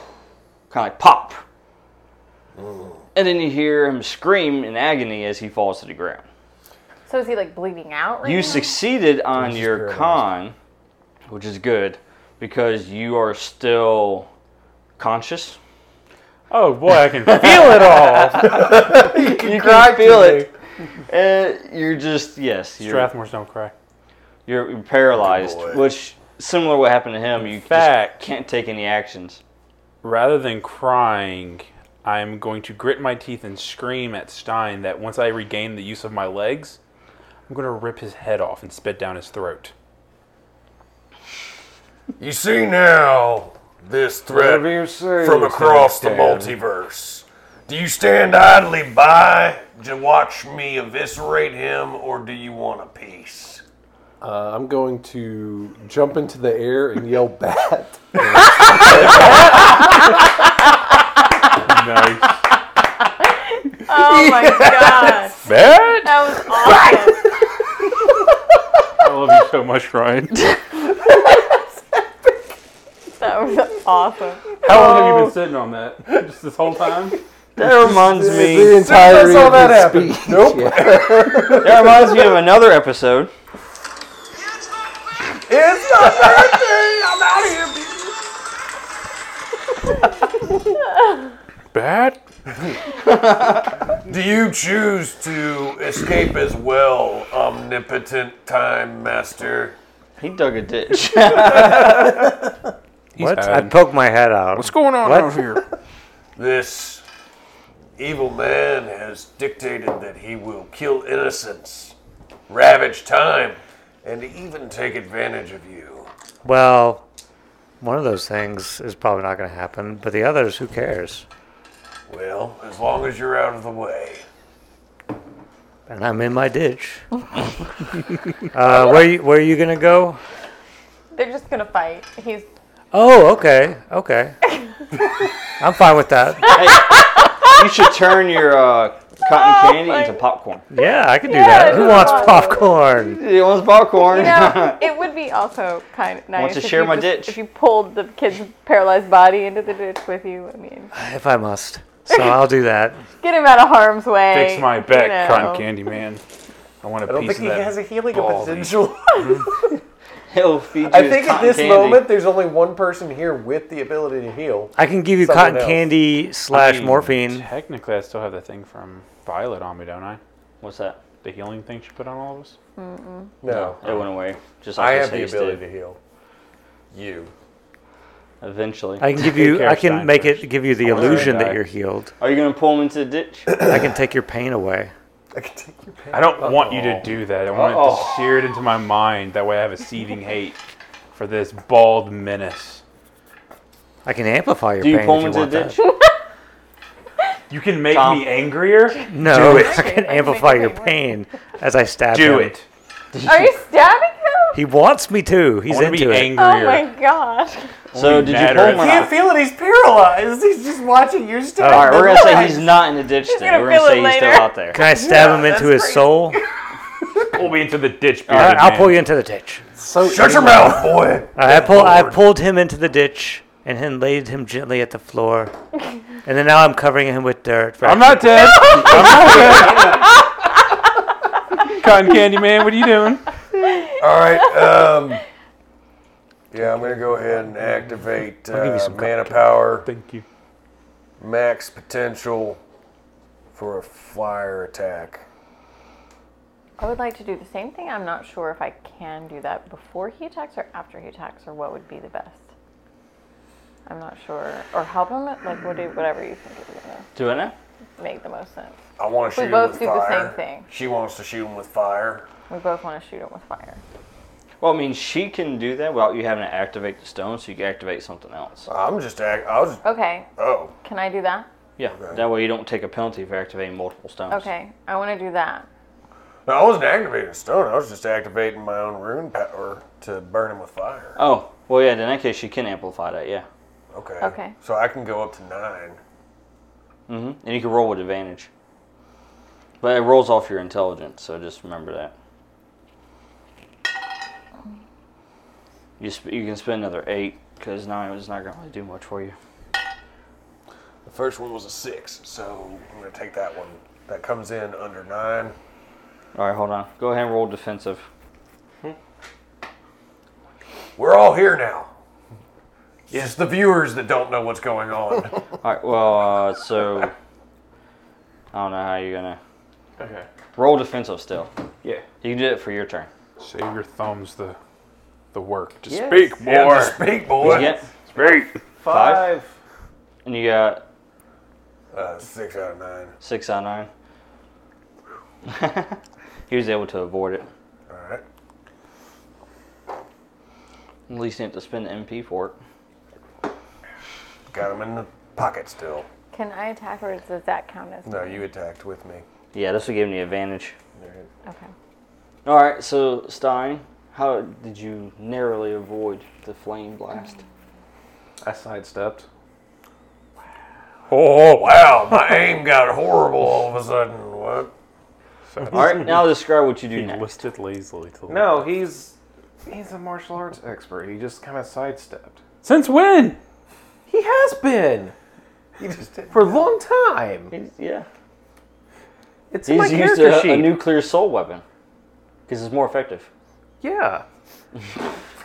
Speaker 1: like pop. and then you hear him scream in agony as he falls to the ground.
Speaker 5: So is he like bleeding out right
Speaker 1: You
Speaker 5: now?
Speaker 1: succeeded on
Speaker 2: He's just
Speaker 1: your
Speaker 2: paralyzed.
Speaker 1: con, which is good because you are still conscious.
Speaker 7: Oh boy, I can feel it all.
Speaker 1: (laughs) You can
Speaker 7: (laughs)
Speaker 1: feel it. And you're just yes, you're
Speaker 7: Strathmore's don't cry.
Speaker 1: you're paralyzed,
Speaker 2: Good boy.
Speaker 1: which similar to what happened to him. You
Speaker 7: fact-
Speaker 1: just can't take any actions.
Speaker 7: Rather than crying, I'm going to grit my teeth and scream at Stein that once I regain the use of my legs, I'm going to rip his head off and spit down his throat.
Speaker 2: You see now this threat
Speaker 8: Whatever you say,
Speaker 2: from across the
Speaker 8: Sebastian.
Speaker 2: multiverse. Do you stand idly by to watch me eviscerate him, or do you want a piece?
Speaker 4: Uh, I'm going to jump into the air and yell (laughs) bat.
Speaker 7: Nice.
Speaker 5: Oh
Speaker 1: (laughs)
Speaker 5: my god.
Speaker 7: Bad?
Speaker 5: That was awesome.
Speaker 7: (laughs) I love you so much, Ryan.
Speaker 5: (laughs) that was awesome.
Speaker 7: How long have you been sitting on that? (laughs) Just this whole time?
Speaker 1: That reminds
Speaker 4: The
Speaker 1: me.
Speaker 4: entire
Speaker 8: all that
Speaker 4: speech. Nope.
Speaker 1: That reminds me of another episode.
Speaker 7: Bad?
Speaker 2: Do you choose to escape as well, omnipotent time master?
Speaker 1: He dug a ditch.
Speaker 7: He's
Speaker 3: What? I
Speaker 7: bad.
Speaker 3: poked my head out. What's
Speaker 7: going on
Speaker 3: What?
Speaker 7: out here?
Speaker 2: This evil man has dictated that he will kill innocents, ravage time, and even take advantage of you.
Speaker 3: Well, one of those things is probably not going to happen, but the others, who cares?
Speaker 2: Well, as long as you're out of the way.
Speaker 3: And I'm in my ditch. (laughs) uh, where you, where are you going to go?
Speaker 5: They're just gonna fight. He's
Speaker 3: Oh, okay, okay. I'm fine with that.
Speaker 1: you should turn your uh, cotton candy into popcorn.
Speaker 3: Yeah, I can do
Speaker 5: Yeah,
Speaker 3: that. Who
Speaker 5: come
Speaker 3: wants
Speaker 5: on.
Speaker 3: popcorn?
Speaker 1: He wants popcorn.
Speaker 5: you
Speaker 1: (laughs)
Speaker 5: (laughs) know, it would be also kind of nice
Speaker 1: to
Speaker 5: if
Speaker 1: share
Speaker 5: you
Speaker 1: my
Speaker 5: just-
Speaker 1: ditch.
Speaker 5: if you pulled the kid's paralyzed body into the ditch with you. I mean,
Speaker 3: If I must. (laughs) So I'll do that.
Speaker 5: get him out of harm's way.
Speaker 7: Fix my back,
Speaker 5: you know.
Speaker 7: Cotton Candy Man. I want a piece of that.
Speaker 8: healing
Speaker 7: ball.
Speaker 2: (laughs)
Speaker 1: He'll feed you
Speaker 6: I
Speaker 1: his
Speaker 6: think at
Speaker 1: cotton
Speaker 6: this
Speaker 1: candy.
Speaker 6: moment, there's only one person here with the ability to heal.
Speaker 3: I can give you
Speaker 6: Someone
Speaker 3: cotton
Speaker 6: else.
Speaker 3: candy slash
Speaker 7: mean,
Speaker 3: morphine.
Speaker 7: Technically, I still have the thing from Violet on me, don't I?
Speaker 1: What's that?
Speaker 7: The healing thing she put on all of us.
Speaker 6: No,
Speaker 1: It went away. Just like
Speaker 2: I
Speaker 1: his
Speaker 2: have the
Speaker 1: haste
Speaker 2: ability
Speaker 1: did.
Speaker 2: to heal. You.
Speaker 1: Eventually.
Speaker 3: I can give you. I
Speaker 7: cares,
Speaker 3: can
Speaker 7: Stein
Speaker 3: make
Speaker 7: first?
Speaker 3: it give you the
Speaker 7: wanna
Speaker 3: illusion
Speaker 7: die.
Speaker 3: that you're healed.
Speaker 1: Are you gonna pull him into the ditch?
Speaker 3: I can take your pain away.
Speaker 6: I can take your pain.
Speaker 7: I don't want you to do that. I want it to sear it into my mind. That way, I have a seething hate for this bald menace.
Speaker 3: I can amplify your
Speaker 1: Do you
Speaker 3: pain
Speaker 1: pull
Speaker 3: if
Speaker 1: him
Speaker 3: you
Speaker 1: into
Speaker 3: want
Speaker 1: the
Speaker 3: that.
Speaker 1: ditch?
Speaker 7: You can make
Speaker 1: Tom.
Speaker 7: me angrier.
Speaker 3: No, (laughs) I
Speaker 5: Okay,
Speaker 3: can
Speaker 5: I
Speaker 3: amplify
Speaker 5: make
Speaker 3: your
Speaker 5: it
Speaker 3: pain as I stab him.
Speaker 7: Do it.
Speaker 5: Are
Speaker 7: (laughs)
Speaker 5: you stabbing him?
Speaker 3: He wants me to.
Speaker 7: I
Speaker 3: He's
Speaker 7: want
Speaker 3: into
Speaker 7: to be
Speaker 3: it.
Speaker 7: angrier.
Speaker 5: Oh my god.
Speaker 1: So did you
Speaker 7: matter
Speaker 1: pull
Speaker 7: if-
Speaker 1: him or not?
Speaker 8: feel it. He's
Speaker 2: (laughs)
Speaker 8: paralyzed. He's just watching your
Speaker 3: Oh.
Speaker 8: stuff.
Speaker 1: All right, we're gonna say he's not in the ditch.
Speaker 5: He's
Speaker 1: Then
Speaker 5: gonna
Speaker 1: we're gonna
Speaker 5: feel
Speaker 1: say
Speaker 5: it
Speaker 1: he's still
Speaker 5: later.
Speaker 1: out there.
Speaker 3: Can I stab him into his soul?
Speaker 7: Pull me into the ditch, bearded
Speaker 3: All right, I'll
Speaker 7: man.
Speaker 3: pull you into the ditch.
Speaker 4: So
Speaker 2: Shut your mouth, boy!
Speaker 3: All right, I pull. I pulled him into the ditch and then laid him gently at the
Speaker 5: (laughs)
Speaker 3: floor. And then now I'm covering him with dirt.
Speaker 7: I'm not dead. I'm not dead. Cotton Candy Man, what are you doing?
Speaker 2: All right. Um, yeah, I'm gonna go ahead and activate
Speaker 7: give
Speaker 2: uh,
Speaker 7: you some
Speaker 2: mana power,
Speaker 7: Thank you.
Speaker 2: max potential for a flyer attack.
Speaker 5: I would like to do the same thing. I'm not sure if I can do that before he attacks or after he attacks, or what would be the best. I'm not sure. Or help him, like what do, whatever you think is gonna
Speaker 1: Doing it?
Speaker 5: make the most sense.
Speaker 2: I want to shoot
Speaker 5: We
Speaker 2: him
Speaker 5: both
Speaker 2: with
Speaker 5: do the
Speaker 2: fire.
Speaker 5: same thing.
Speaker 2: She wants to shoot him with fire.
Speaker 5: We both want to shoot him with fire.
Speaker 1: Well, I mean, she can do that without you having to activate the stone, so you can activate something else.
Speaker 2: I'm just act. I was.
Speaker 5: Okay,
Speaker 2: Oh,
Speaker 5: can I do that?
Speaker 1: Yeah. That way you don't take a penalty for activating multiple stones.
Speaker 5: Okay, I want to do that.
Speaker 2: no, I wasn't activating stone. I was just activating my own rune power to burn him with fire.
Speaker 1: Oh, well, yeah. Then in that case, she can amplify that. Yeah.
Speaker 2: Okay.
Speaker 5: Okay.
Speaker 2: So I can go up to nine.
Speaker 1: hmm And you can roll with advantage. But it rolls off your intelligence, so just remember that. You sp- you can spend another eight because nine is not going to really do much for you.
Speaker 2: The first one was a six, so I'm gonna take that one. That comes in under nine.
Speaker 1: All right, hold on. Go ahead and roll defensive.
Speaker 2: We're all here now. It's just the viewers that don't know what's
Speaker 1: (laughs)
Speaker 2: going on.
Speaker 1: All right. Well, uh, so I don't know how you're gonna. Okay. Roll defensive still.
Speaker 6: Yeah.
Speaker 1: You can do it for your turn.
Speaker 7: Save your thumbs the the work. Just
Speaker 6: Yes.
Speaker 7: speak, boy.
Speaker 2: yeah, just speak, boy.
Speaker 1: You get,
Speaker 7: Speak.
Speaker 1: Five? and you got
Speaker 2: Uh, six out of nine.
Speaker 1: six out of nine. (laughs) he was able to avoid it.
Speaker 2: All right.
Speaker 1: At least he didn't have to spend the MP for it.
Speaker 2: Got him in the pocket still.
Speaker 5: Can I attack or does that count as?
Speaker 2: No, you attacked with me.
Speaker 1: Yeah, this would give him the advantage.
Speaker 5: Okay.
Speaker 1: All right. So Stein, how did you narrowly avoid the flame blast?
Speaker 6: I sidestepped.
Speaker 2: Oh, wow. My aim got horrible all of a sudden. What?
Speaker 1: All right. Now describe what you do
Speaker 7: He
Speaker 1: (laughs) next.
Speaker 7: listed lazily. To
Speaker 6: No, he's he's a martial arts expert. He just kind of sidestepped.
Speaker 7: Since when?
Speaker 6: He has been. for a long time.
Speaker 1: He's- Yeah.
Speaker 6: It's in my
Speaker 1: He's used
Speaker 6: character
Speaker 1: a,
Speaker 6: sheet.
Speaker 1: a nuclear soul weapon because it's more effective.
Speaker 6: yeah.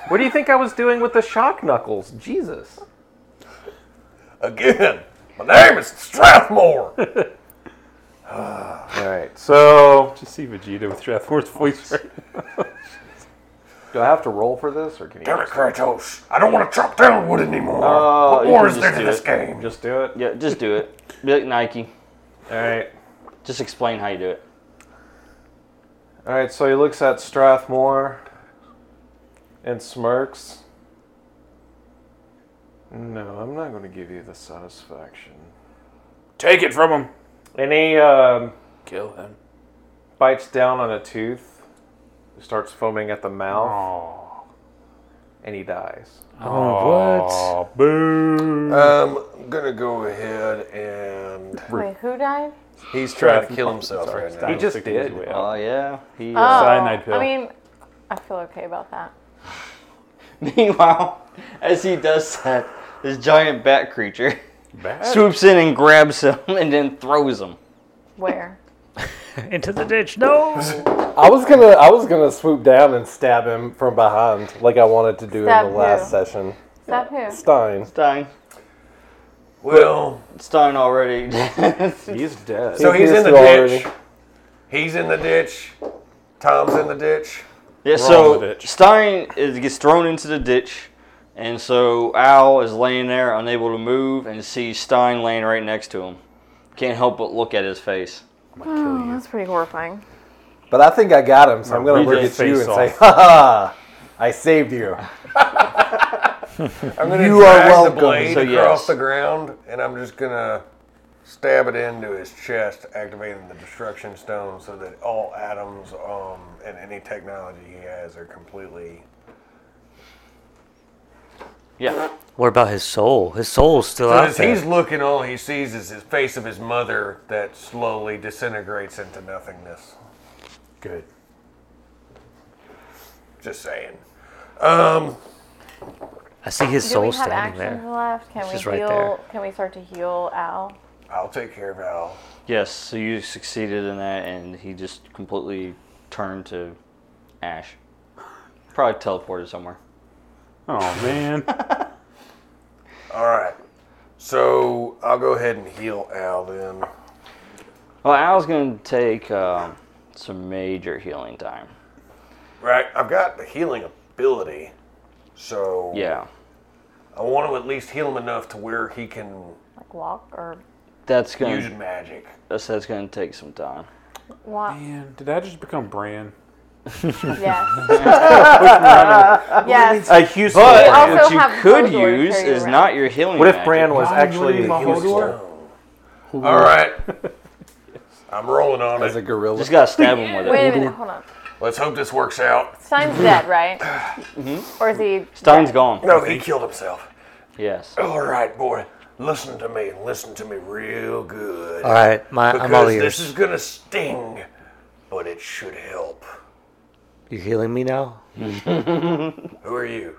Speaker 6: what do you think I was doing with the shock knuckles? Jesus.
Speaker 2: Again, my name is Strathmore.
Speaker 6: All right. So,
Speaker 7: Just see Vegeta with Strathmore's voice. Right?
Speaker 6: do I have to roll for this, or can you
Speaker 2: Damn it, Kratos. I don't want to chop down wood anymore.
Speaker 6: Oh,
Speaker 2: what
Speaker 1: you
Speaker 2: more
Speaker 1: can
Speaker 2: is
Speaker 1: just
Speaker 2: there to
Speaker 1: do
Speaker 2: this
Speaker 1: it.
Speaker 2: game?
Speaker 6: just do it?
Speaker 1: Yeah, just do it. Be like Nike.
Speaker 6: All right.
Speaker 1: Just explain how you do it.
Speaker 6: All right. So he looks at Strathmore and smirks. No, I'm not going to give you the satisfaction.
Speaker 7: Take it from him.
Speaker 6: And he um,
Speaker 7: Kill him.
Speaker 6: bites down on a tooth, starts foaming at the mouth,
Speaker 7: Oh.
Speaker 6: and he dies.
Speaker 3: Oh,
Speaker 7: what? Boo.
Speaker 2: Um, I'm gonna go ahead and
Speaker 5: Wait, who died?
Speaker 2: he's trying to kill himself
Speaker 7: Sorry,
Speaker 2: right
Speaker 7: Stein
Speaker 2: now.
Speaker 6: He
Speaker 7: was
Speaker 6: just
Speaker 7: thinking his
Speaker 6: did.
Speaker 7: way
Speaker 1: Oh
Speaker 7: out.
Speaker 1: yeah. He, uh,
Speaker 5: Oh,
Speaker 7: Cyanide pill.
Speaker 5: I mean, I feel okay about that.
Speaker 1: (laughs) Meanwhile, as he does that, this giant bat creature
Speaker 7: Bad.
Speaker 1: swoops in and grabs him (laughs) and then throws him.
Speaker 5: (laughs) Where?
Speaker 3: Into the ditch. No.
Speaker 4: I was gonna, I was gonna swoop down and stab him from behind, like I wanted to do
Speaker 5: Stab
Speaker 4: in the last
Speaker 5: who?
Speaker 4: session.
Speaker 5: Is that who?
Speaker 4: Stein.
Speaker 1: Stein.
Speaker 2: Well,
Speaker 1: Stein already. (laughs)
Speaker 6: He's dead.
Speaker 2: so he's in the
Speaker 4: pissed already.
Speaker 2: ditch. He's in the ditch. Tom's in the ditch.
Speaker 1: yeah.
Speaker 7: in the
Speaker 1: So
Speaker 7: ditch.
Speaker 1: Stein is, gets thrown into the ditch, and so Al is laying there, unable to move, and sees Stein laying right next to him. Can't help but look at his face.
Speaker 5: Oh, that's pretty horrifying.
Speaker 4: But I think I got him, so I'm gonna
Speaker 7: Read
Speaker 4: look
Speaker 7: his
Speaker 4: at you
Speaker 7: face
Speaker 4: and say,
Speaker 7: off.
Speaker 4: "Ha ha! I saved
Speaker 7: (laughs)
Speaker 4: you."
Speaker 2: I'm gonna
Speaker 4: You
Speaker 2: drag
Speaker 4: are welcome.
Speaker 2: the blade
Speaker 1: So,
Speaker 2: across
Speaker 1: yes.
Speaker 2: the ground, and I'm just gonna stab it into his chest, activating the destruction stone, so that all atoms um, and any technology he has are completely.
Speaker 1: Yeah.
Speaker 3: What about his soul? His soul's still
Speaker 2: But
Speaker 3: out
Speaker 2: as he's
Speaker 3: there.
Speaker 2: looking, all he sees is his face of his mother that slowly disintegrates into nothingness.
Speaker 7: Good.
Speaker 2: Just saying. Um,
Speaker 3: I see his
Speaker 5: Do
Speaker 3: soul
Speaker 5: we have
Speaker 3: standing
Speaker 5: actions
Speaker 3: there.
Speaker 5: left? Can
Speaker 3: She's
Speaker 5: we
Speaker 3: right
Speaker 5: heal?
Speaker 3: there.
Speaker 5: Can we start to heal Al?
Speaker 2: I'll take care of Al.
Speaker 1: Yes. So you succeeded in that, and he just completely turned to ash. Probably teleported somewhere.
Speaker 7: Oh man.
Speaker 2: All right. So I'll go ahead and heal Al then.
Speaker 1: Well, Al's going to take um, some major healing time.
Speaker 2: Right. I've got the healing ability, so
Speaker 1: Yeah.
Speaker 2: I want to at least heal him enough to where he can
Speaker 5: Like walk or
Speaker 1: That's going
Speaker 2: use
Speaker 1: to
Speaker 2: magic.
Speaker 1: that's, that's going to take some time.
Speaker 5: walk?
Speaker 7: man, did I just become Bran?
Speaker 5: yes.
Speaker 7: (laughs)
Speaker 3: (laughs)
Speaker 5: yes.
Speaker 6: A huge.
Speaker 1: But
Speaker 5: also
Speaker 1: what you
Speaker 5: have
Speaker 1: could
Speaker 5: Hodor to
Speaker 1: use
Speaker 5: carry
Speaker 1: is
Speaker 5: around.
Speaker 1: not your healing.
Speaker 6: what if
Speaker 1: magic.
Speaker 6: Bran was actually a
Speaker 7: Hodor?
Speaker 2: (laughs)
Speaker 6: huge?
Speaker 2: All right. I'm rolling on
Speaker 4: As a
Speaker 2: it.
Speaker 4: gorilla.
Speaker 1: Just gotta stab him with
Speaker 5: Wait
Speaker 1: it.
Speaker 5: a minute. Hold on.
Speaker 2: Let's hope this works out.
Speaker 3: Mm-hmm.
Speaker 5: Stein's dead, right? Or is he?
Speaker 1: Stein's gone.
Speaker 2: No, he killed himself.
Speaker 6: (laughs)
Speaker 1: Yes.
Speaker 2: All right, boy. Listen to me. Listen to me real good.
Speaker 3: All right, my, I'm all
Speaker 2: Because this is
Speaker 3: ears.
Speaker 2: gonna sting, but it should help.
Speaker 3: You healing me now?
Speaker 2: Who are you?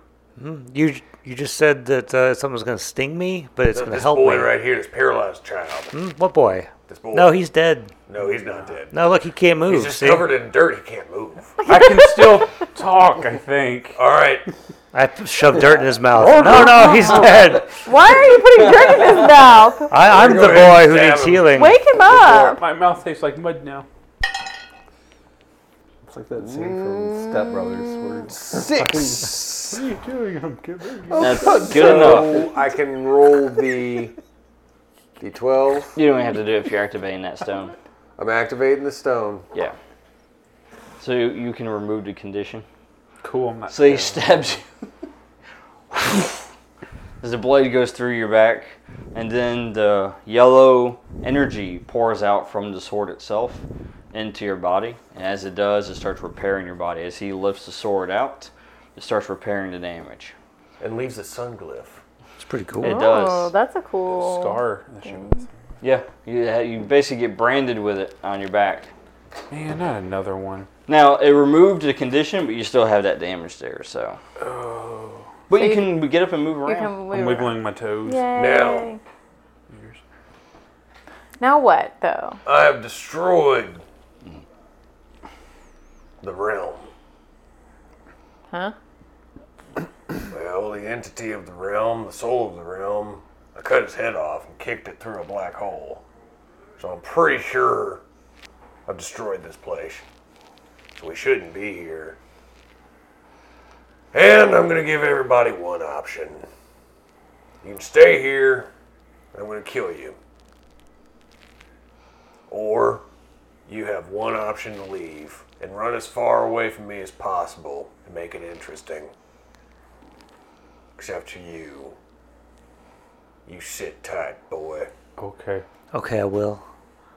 Speaker 3: You you just said that uh, something's gonna sting me, but it's gonna
Speaker 2: this
Speaker 3: help
Speaker 2: boy
Speaker 3: me.
Speaker 2: right here, this paralyzed child.
Speaker 3: Hmm? What boy?
Speaker 2: This boy.
Speaker 3: No, he's dead.
Speaker 2: no, he's not dead.
Speaker 3: No, look, he can't move.
Speaker 2: he's just
Speaker 3: see?
Speaker 2: covered in dirt. He can't
Speaker 3: (laughs)
Speaker 2: move.
Speaker 7: I can still talk, I think.
Speaker 2: All right,
Speaker 3: I p- shoved dirt in his
Speaker 2: (laughs)
Speaker 3: mouth. No, no,
Speaker 5: (laughs)
Speaker 3: he's dead.
Speaker 5: Why are you putting dirt in
Speaker 3: (laughs)
Speaker 5: his mouth?
Speaker 3: I, I'm the
Speaker 2: Go ahead
Speaker 3: boy
Speaker 2: and
Speaker 3: who
Speaker 2: stab
Speaker 3: needs
Speaker 2: him.
Speaker 3: healing.
Speaker 5: Wake him up.
Speaker 7: My mouth tastes like mud now.
Speaker 4: It's like that scene from Step Brothers
Speaker 1: Mm.
Speaker 4: where
Speaker 2: six.
Speaker 7: What are you doing? I'm giving
Speaker 6: Oh,
Speaker 1: That's (laughs) good enough.
Speaker 2: so I can roll the d12.
Speaker 1: You don't have to do it if you're activating that stone.
Speaker 2: I'm activating the stone.
Speaker 1: Yeah. So you, you can remove the condition.
Speaker 7: Cool, I'm not.
Speaker 1: So he stabs you. (laughs) As the blade goes through your back, and then the yellow energy pours out from the sword itself into your body. And as it does, it starts repairing your body. As he lifts the sword out, it starts repairing the damage.
Speaker 2: And leaves a sun glyph.
Speaker 3: It's pretty
Speaker 1: It
Speaker 3: cool.
Speaker 5: Oh,
Speaker 1: does.
Speaker 5: that's a cool.
Speaker 7: Scar. That shit was-
Speaker 1: Yeah, you, you basically get branded with it on your back.
Speaker 7: Man, not another one.
Speaker 1: Now it removed the condition, but you still have that damage there. So. But you
Speaker 5: you-
Speaker 1: can get up and move around.
Speaker 5: You can
Speaker 7: I'm
Speaker 5: move. around.
Speaker 7: wiggling my toes.
Speaker 5: Yay. Now what though?
Speaker 2: I have destroyed the realm.
Speaker 5: Huh?
Speaker 2: Well, the entity of the realm, the soul of the realm, I cut its head off and kicked it through a black hole. So I'm pretty sure I've destroyed this place. So we shouldn't be here. And I'm going to give everybody one option. You can stay here, and I'm going to kill you. Or you have one option to leave and run as far away from me as possible and make it interesting except for you. You sit tight, boy.
Speaker 7: Okay.
Speaker 3: Okay, I will.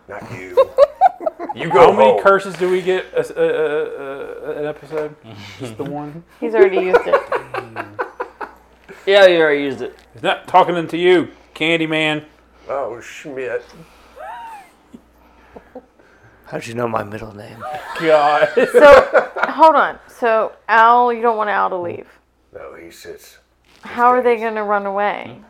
Speaker 2: Not you. (laughs) you go
Speaker 7: How many
Speaker 2: home.
Speaker 7: curses do we get a, a, a, a, an episode? Just the one?
Speaker 5: He's already used
Speaker 3: (laughs)
Speaker 5: it.
Speaker 1: Yeah, you already used it.
Speaker 7: He's not talking into you, Candyman.
Speaker 2: oh shit!
Speaker 3: How'd you know my middle name?
Speaker 7: God. (laughs)
Speaker 5: So hold on. So Al, you don't want Al to leave.
Speaker 2: No, he sits.
Speaker 5: How are they gonna run
Speaker 3: Hmm?
Speaker 5: away?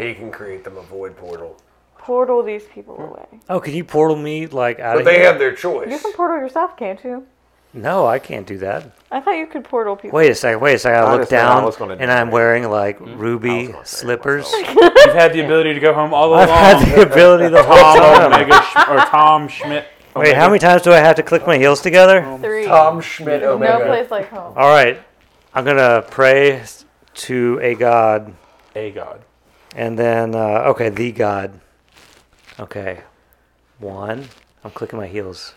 Speaker 2: He can create them a void portal,
Speaker 5: Portal these people away.
Speaker 3: Oh, can you portal me like out
Speaker 2: but
Speaker 3: of
Speaker 2: they
Speaker 3: here?
Speaker 2: have their
Speaker 5: You
Speaker 2: choice.
Speaker 5: can portal yourself, can't you?
Speaker 3: No, I can't do that.
Speaker 5: I thought you could portal people.
Speaker 3: Wait a second. Wait a second. I,
Speaker 8: I
Speaker 3: look
Speaker 8: just thought I
Speaker 3: down,
Speaker 8: was gonna do
Speaker 3: and I'm wearing like ruby
Speaker 2: Mm-hmm. gonna say
Speaker 3: slippers.
Speaker 7: You've had the ability to go home all
Speaker 3: (laughs) I've
Speaker 7: along.
Speaker 3: had the ability the whole
Speaker 7: Tom
Speaker 3: time.
Speaker 7: Omega Sch- or Tom Schmidt.
Speaker 3: Wait, how many times do I have to click my heels together?
Speaker 5: Three.
Speaker 2: Tom Schmidt
Speaker 5: There's
Speaker 2: Omega.
Speaker 5: no place like home.
Speaker 3: All right, I'm gonna pray to a god,
Speaker 7: A god.
Speaker 3: and then uh, okay, the god. Okay, one. I'm clicking my heels.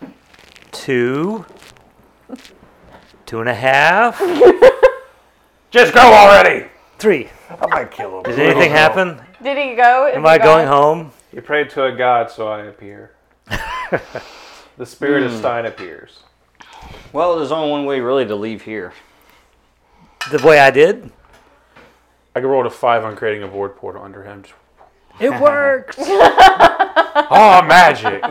Speaker 3: Two. Two and a half.
Speaker 2: (laughs) Just go already.
Speaker 3: Three.
Speaker 2: I might kill him.
Speaker 3: Did anything happen?
Speaker 5: Did he go? Is
Speaker 3: Am
Speaker 5: he
Speaker 3: I
Speaker 5: gone?
Speaker 3: going home?
Speaker 6: You prayed to a god, so I
Speaker 7: (laughs)
Speaker 6: appear. the spirit
Speaker 7: Hmm.
Speaker 6: of Stein appears.
Speaker 1: Well, there's only one way really to leave here.
Speaker 3: The way I did.
Speaker 7: I rolled a five on creating a void portal under
Speaker 6: (laughs)
Speaker 7: him. Just-
Speaker 3: (laughs) It worked.
Speaker 7: Oh, magic!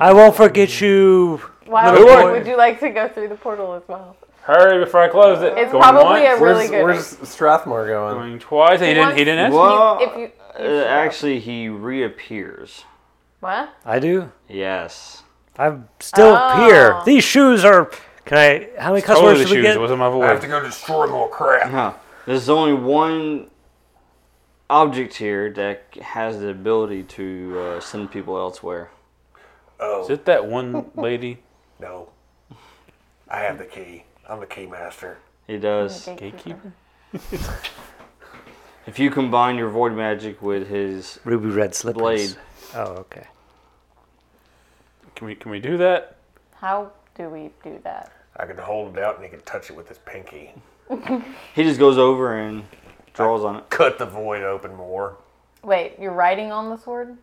Speaker 3: I won't forget you.
Speaker 5: Why
Speaker 7: Who
Speaker 5: would,
Speaker 7: are-
Speaker 5: would you like to go through the portal as well?
Speaker 7: Hurry before I close it.
Speaker 5: It's
Speaker 7: Going
Speaker 5: probably
Speaker 7: once,
Speaker 5: a
Speaker 4: where's,
Speaker 5: really good.
Speaker 4: where's Strathmore going?
Speaker 7: going twice. He didn't. He didn't ask.
Speaker 1: What? Well,
Speaker 5: if you, if you,
Speaker 1: Uh, actually, he reappears.
Speaker 5: what?
Speaker 3: I do.
Speaker 1: Yes.
Speaker 3: I'm still here.
Speaker 5: Oh.
Speaker 3: These shoes are. Can I? How many cuss
Speaker 7: Totally
Speaker 3: words
Speaker 7: the
Speaker 3: did we
Speaker 7: shoes.
Speaker 3: get?
Speaker 7: It wasn't my
Speaker 2: I have to
Speaker 7: void.
Speaker 2: go destroy more crap.
Speaker 1: Huh. There's only one object here that has the ability to uh, send people elsewhere.
Speaker 7: Is
Speaker 2: Oh
Speaker 7: it that one lady?
Speaker 2: no! I have the key. I'm the key master.
Speaker 1: He does.
Speaker 7: Gatekeeper.
Speaker 1: If you combine your void magic with his
Speaker 3: Ruby red slippers.
Speaker 1: blade,
Speaker 3: Oh, okay.
Speaker 7: Can we? Can we do that?
Speaker 5: How do we do that?
Speaker 2: I can hold it out, and he can touch it with his pinky.
Speaker 1: he just goes over and draws on it.
Speaker 2: Cut the void open more.
Speaker 5: Wait, you're writing on the sword?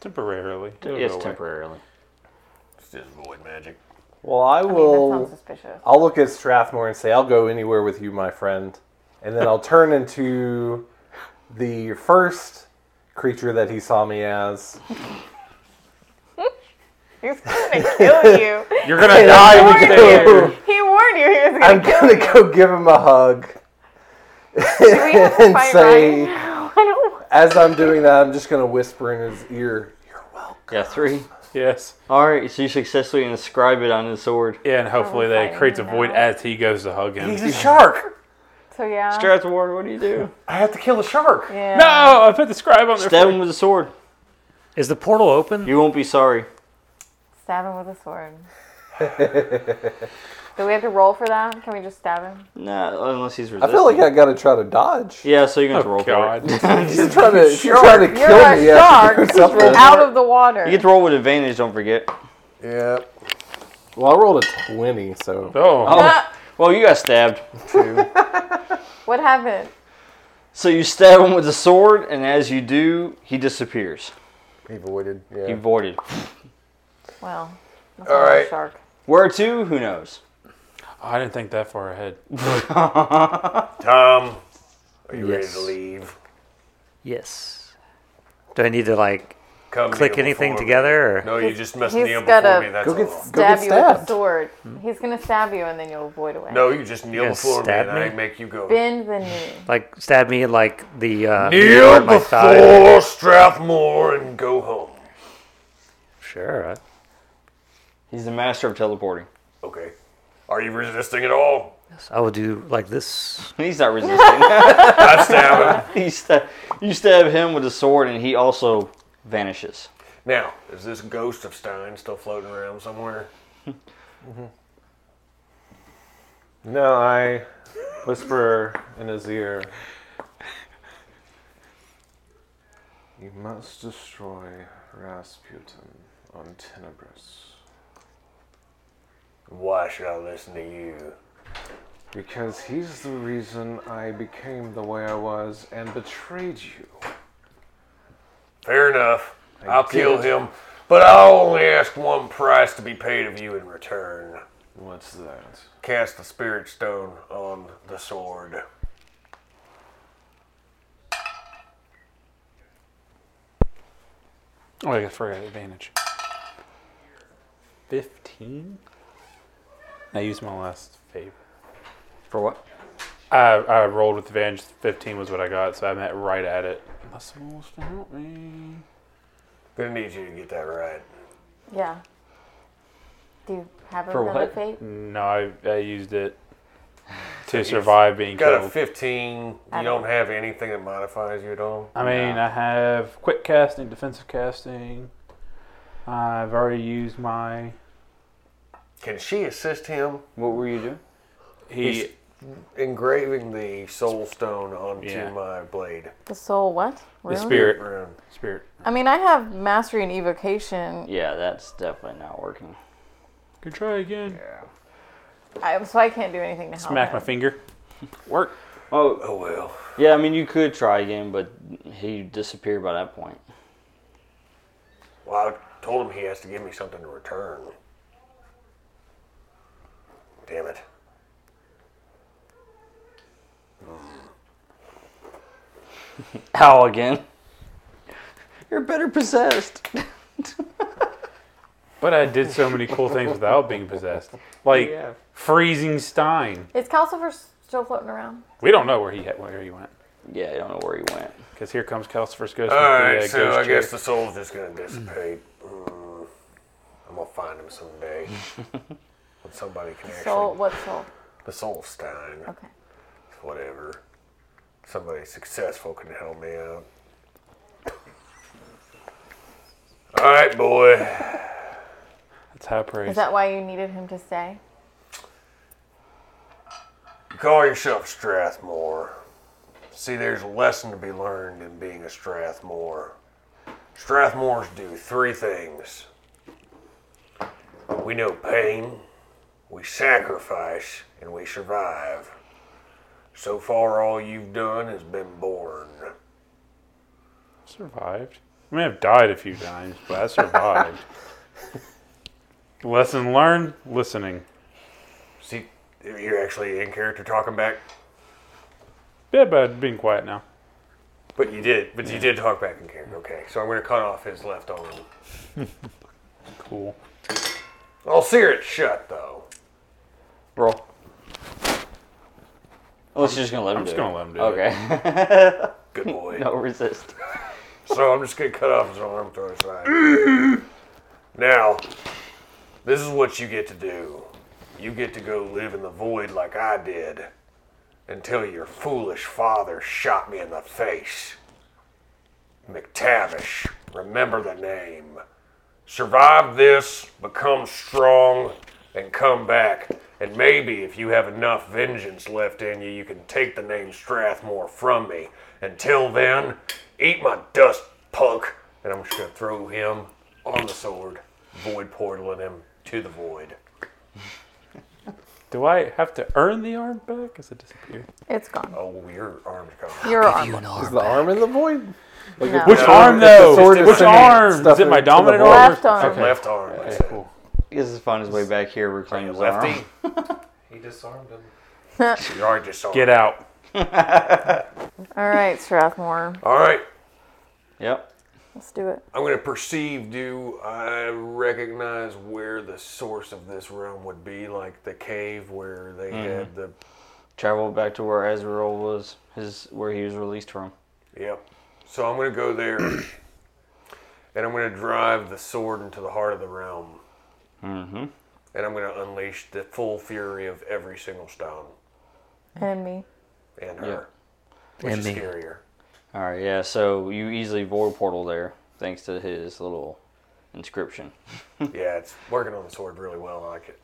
Speaker 7: Temporarily. It'll
Speaker 1: Yes,
Speaker 7: go away.
Speaker 1: temporarily.
Speaker 2: It's just void magic.
Speaker 4: Well, I
Speaker 5: I mean, that sounds
Speaker 4: will.
Speaker 5: suspicious.
Speaker 4: I'll look at Strathmore and say, "I'll go anywhere with you, my friend," and then I'll turn into the first creature that he saw me as.
Speaker 5: He's gonna kill you.
Speaker 7: You're gonna die.
Speaker 5: He warned you. He warned you he was gonna
Speaker 4: I'm
Speaker 5: kill
Speaker 4: gonna
Speaker 5: you.
Speaker 4: go give him a hug
Speaker 5: Do we have to
Speaker 4: And
Speaker 5: fight
Speaker 4: say-
Speaker 5: Ryan? (laughs) I don't.
Speaker 4: As I'm doing that, I'm just gonna whisper in his ear, "You're welcome."
Speaker 1: Yeah, three.
Speaker 7: Yes.
Speaker 1: All right, so you successfully inscribe it on his sword.
Speaker 7: Yeah, and hopefully that
Speaker 5: fighting
Speaker 7: creates a
Speaker 5: now.
Speaker 7: void as he goes to hug him.
Speaker 2: a shark.
Speaker 5: So yeah.
Speaker 1: Strath Ward, what do you do?
Speaker 2: I have to kill the shark.
Speaker 5: yeah.
Speaker 7: No, I put the scribe on there.
Speaker 1: Stab him with a sword.
Speaker 3: Is the portal open?
Speaker 1: You won't be sorry.
Speaker 5: Stab him with a sword. Do we have to roll for that? Can we just stab him?
Speaker 1: Nah, unless he's
Speaker 4: I
Speaker 1: resistant.
Speaker 4: feel like I gotta try to dodge.
Speaker 1: Yeah, so you're gonna have to
Speaker 7: Oh
Speaker 1: roll
Speaker 7: God! (laughs)
Speaker 1: for it.
Speaker 4: She's trying to, she's trying to
Speaker 5: You're
Speaker 4: kill
Speaker 5: a
Speaker 4: me.
Speaker 5: shark.
Speaker 4: after something.
Speaker 5: Out of the water.
Speaker 1: You get to roll with advantage. Don't forget.
Speaker 2: Yeah.
Speaker 4: Well, I rolled a twenty, so
Speaker 7: Oh,
Speaker 5: Ah,
Speaker 1: Well, you got stabbed.
Speaker 5: what happened?
Speaker 1: So you stab him with the sword, and as you do, he disappears.
Speaker 2: He voided.
Speaker 1: He
Speaker 2: Yeah.
Speaker 1: voided.
Speaker 5: Well, that's
Speaker 2: All
Speaker 5: not a
Speaker 2: right.
Speaker 5: shark.
Speaker 1: Where to? Who knows?
Speaker 7: I didn't think that far ahead.
Speaker 2: Tom, Um, are you
Speaker 3: Yes.
Speaker 2: ready to leave?
Speaker 3: Yes. Do I need to like
Speaker 2: Come
Speaker 3: click
Speaker 2: kneel
Speaker 3: anything
Speaker 2: before me.
Speaker 3: together? Or?
Speaker 2: No, you just messed
Speaker 5: he's
Speaker 2: kneel before
Speaker 5: gotta-
Speaker 2: me. That's
Speaker 4: go get
Speaker 2: all.
Speaker 4: go
Speaker 5: Stab
Speaker 4: get
Speaker 5: you with a
Speaker 4: stabbed.
Speaker 5: sword. He's gonna stab you and then you'll void away.
Speaker 2: No, you just kneel
Speaker 3: gonna
Speaker 2: before me,
Speaker 3: stab
Speaker 2: and
Speaker 3: me?
Speaker 2: I make you go.
Speaker 5: Bend the knee.
Speaker 3: Like stab me in like the uh,
Speaker 2: Kneel
Speaker 3: my thigh.
Speaker 2: before Strathmore and go home.
Speaker 3: Sure. I-
Speaker 1: He's the master of teleporting. (laughs)
Speaker 2: Okay. Are you resisting at all?
Speaker 3: I will do like this.
Speaker 1: He's not
Speaker 2: (laughs)
Speaker 1: resisting. (laughs)
Speaker 2: I
Speaker 3: (laughs)
Speaker 2: stab him.
Speaker 1: he sta- you stab him with a sword, and he also vanishes.
Speaker 2: Now, is this ghost of Stein still floating around somewhere?
Speaker 6: No, I whisper in his ear. You must destroy Rasputin on Tenebris.
Speaker 2: Why should I listen to you?
Speaker 6: Because he's the reason I became the way I was and betrayed you.
Speaker 2: Fair enough. I'll
Speaker 6: did.
Speaker 2: kill him, but I'll only ask one price to be paid of you in return.
Speaker 6: What's that?
Speaker 2: Cast the spirit stone on the sword.
Speaker 7: Oh, I forgot advantage. Fifteen. I used my last favor.
Speaker 1: For what?
Speaker 7: I, I rolled with advantage. Fifteen was what I got, so I'm at right at it. Unless someone wants to help me.
Speaker 2: Gonna need you to get that right.
Speaker 5: Yeah. Do you have
Speaker 1: For
Speaker 5: another
Speaker 1: what?
Speaker 5: fate?
Speaker 7: No, I, I used it to survive being
Speaker 2: You got a
Speaker 7: killed.
Speaker 2: 15. You don't have anything that modifies you at all.
Speaker 7: I mean, I have quick casting, defensive casting. I've already used my.
Speaker 2: Can she assist him
Speaker 1: What were you doing?
Speaker 7: He
Speaker 2: engraving the soul stone onto
Speaker 7: Yeah.
Speaker 2: my blade? Oh,
Speaker 5: The soul what? Really?
Speaker 7: the spirit
Speaker 2: Rune.
Speaker 7: spirit.
Speaker 5: I mean, I have mastery and evocation,
Speaker 1: Yeah, that's definitely not working.
Speaker 7: Good try again.
Speaker 5: I, so I can't do anything to help.
Speaker 7: Smack
Speaker 5: him.
Speaker 7: my finger. Work.
Speaker 1: Oh,
Speaker 2: Oh well.
Speaker 1: yeah. I mean, you could try again, but he disappeared by that point.
Speaker 2: Well, I told him he has to give me something to return. Damn it.
Speaker 1: Ow again. (laughs) You're better possessed.
Speaker 7: But I did so many cool things without being possessed, like freezing Stein.
Speaker 5: Is Calcifer still floating around?
Speaker 7: We don't know where he where he went
Speaker 1: Yeah, I don't know where he went.
Speaker 7: because here comes Calcifer's ghost.
Speaker 2: All right,
Speaker 7: with the, uh,
Speaker 2: so
Speaker 7: ghost
Speaker 2: I guess
Speaker 7: chair.
Speaker 2: the soul's just gonna dissipate. Mm. I'm gonna find him
Speaker 7: (laughs)
Speaker 2: someday. when somebody can actually
Speaker 5: Soul? What soul?
Speaker 2: the soul stein,
Speaker 5: Okay.
Speaker 2: whatever. Somebody successful can help me out. All right, boy.
Speaker 7: that's high praise.
Speaker 5: Is that why you needed him to stay?
Speaker 2: You call yourself Strathmore. See, there's a lesson to be learned in being a Strathmore. Strathmores do three things we know pain, we sacrifice, and we survive. So far, all you've done has been born.
Speaker 7: survived. I mean, I've died a few times, but I survived. Lesson learned: listening.
Speaker 2: See, you're actually in character talking back,
Speaker 7: Yeah, but I've been quiet now.
Speaker 2: but you did, but you did talk back in character. Okay, so I'm going to cut off his left arm.
Speaker 7: Cool.
Speaker 2: I'll sear it shut, though.
Speaker 1: Roll. Unless Oh, you're just gonna let him
Speaker 7: I'm
Speaker 1: do
Speaker 7: just
Speaker 1: it.
Speaker 7: gonna let him do
Speaker 1: okay. (laughs)
Speaker 2: Good boy.
Speaker 1: no resist.
Speaker 2: So I'm just gonna cut off his arm to his side. now, this is what you get to do. You get to go live in the void like I did until your foolish father shot me in the face. McTavish, remember the name. Survive this, become strong, and come back. And maybe if you have enough vengeance left in you, you can take the name Strathmore from me. Until then, eat my dust, punk. And I'm just gonna throw him on the sword, void portaling him to the void.
Speaker 7: Do I have to earn the arm back? Is it disappear?
Speaker 5: It's gone.
Speaker 2: Oh, your arm's gone.
Speaker 5: Your arm.
Speaker 4: Is the arm in the void? Like
Speaker 5: No.
Speaker 4: if
Speaker 7: Which
Speaker 4: the
Speaker 7: arm
Speaker 4: if
Speaker 7: though?
Speaker 4: The sword is
Speaker 7: Which
Speaker 4: sticking
Speaker 7: arm?
Speaker 4: stuff
Speaker 7: Is it my
Speaker 4: into the
Speaker 7: dominant
Speaker 4: void?
Speaker 7: arm?
Speaker 5: Left arm.
Speaker 2: Left arm. that's it.
Speaker 1: He gets to find his way back here, reclaim his arm.
Speaker 2: Lefty.
Speaker 4: He disarmed him.
Speaker 7: (laughs)
Speaker 2: You're already disarmed.
Speaker 7: Get out.
Speaker 5: All right, Strathmore.
Speaker 2: All right.
Speaker 1: Yep.
Speaker 5: Let's do it.
Speaker 2: I'm going to perceive. Do I recognize where the source of this realm would be? Like the cave where they had the.
Speaker 1: Travel back to where Azrael was, his where he was released from.
Speaker 2: Yep. So I'm going to go there and I'm going to drive the sword into the heart of the realm. Mm-hmm. And I'm going to unleash the full fury of every single stone
Speaker 5: And me.
Speaker 2: and
Speaker 1: Yeah.
Speaker 2: her. Which
Speaker 3: And
Speaker 2: is
Speaker 3: me.
Speaker 2: scarier.
Speaker 1: All right. Yeah. So you easily void portal there, thanks to his little inscription.
Speaker 2: Yeah, it's working on the sword really well. I like it.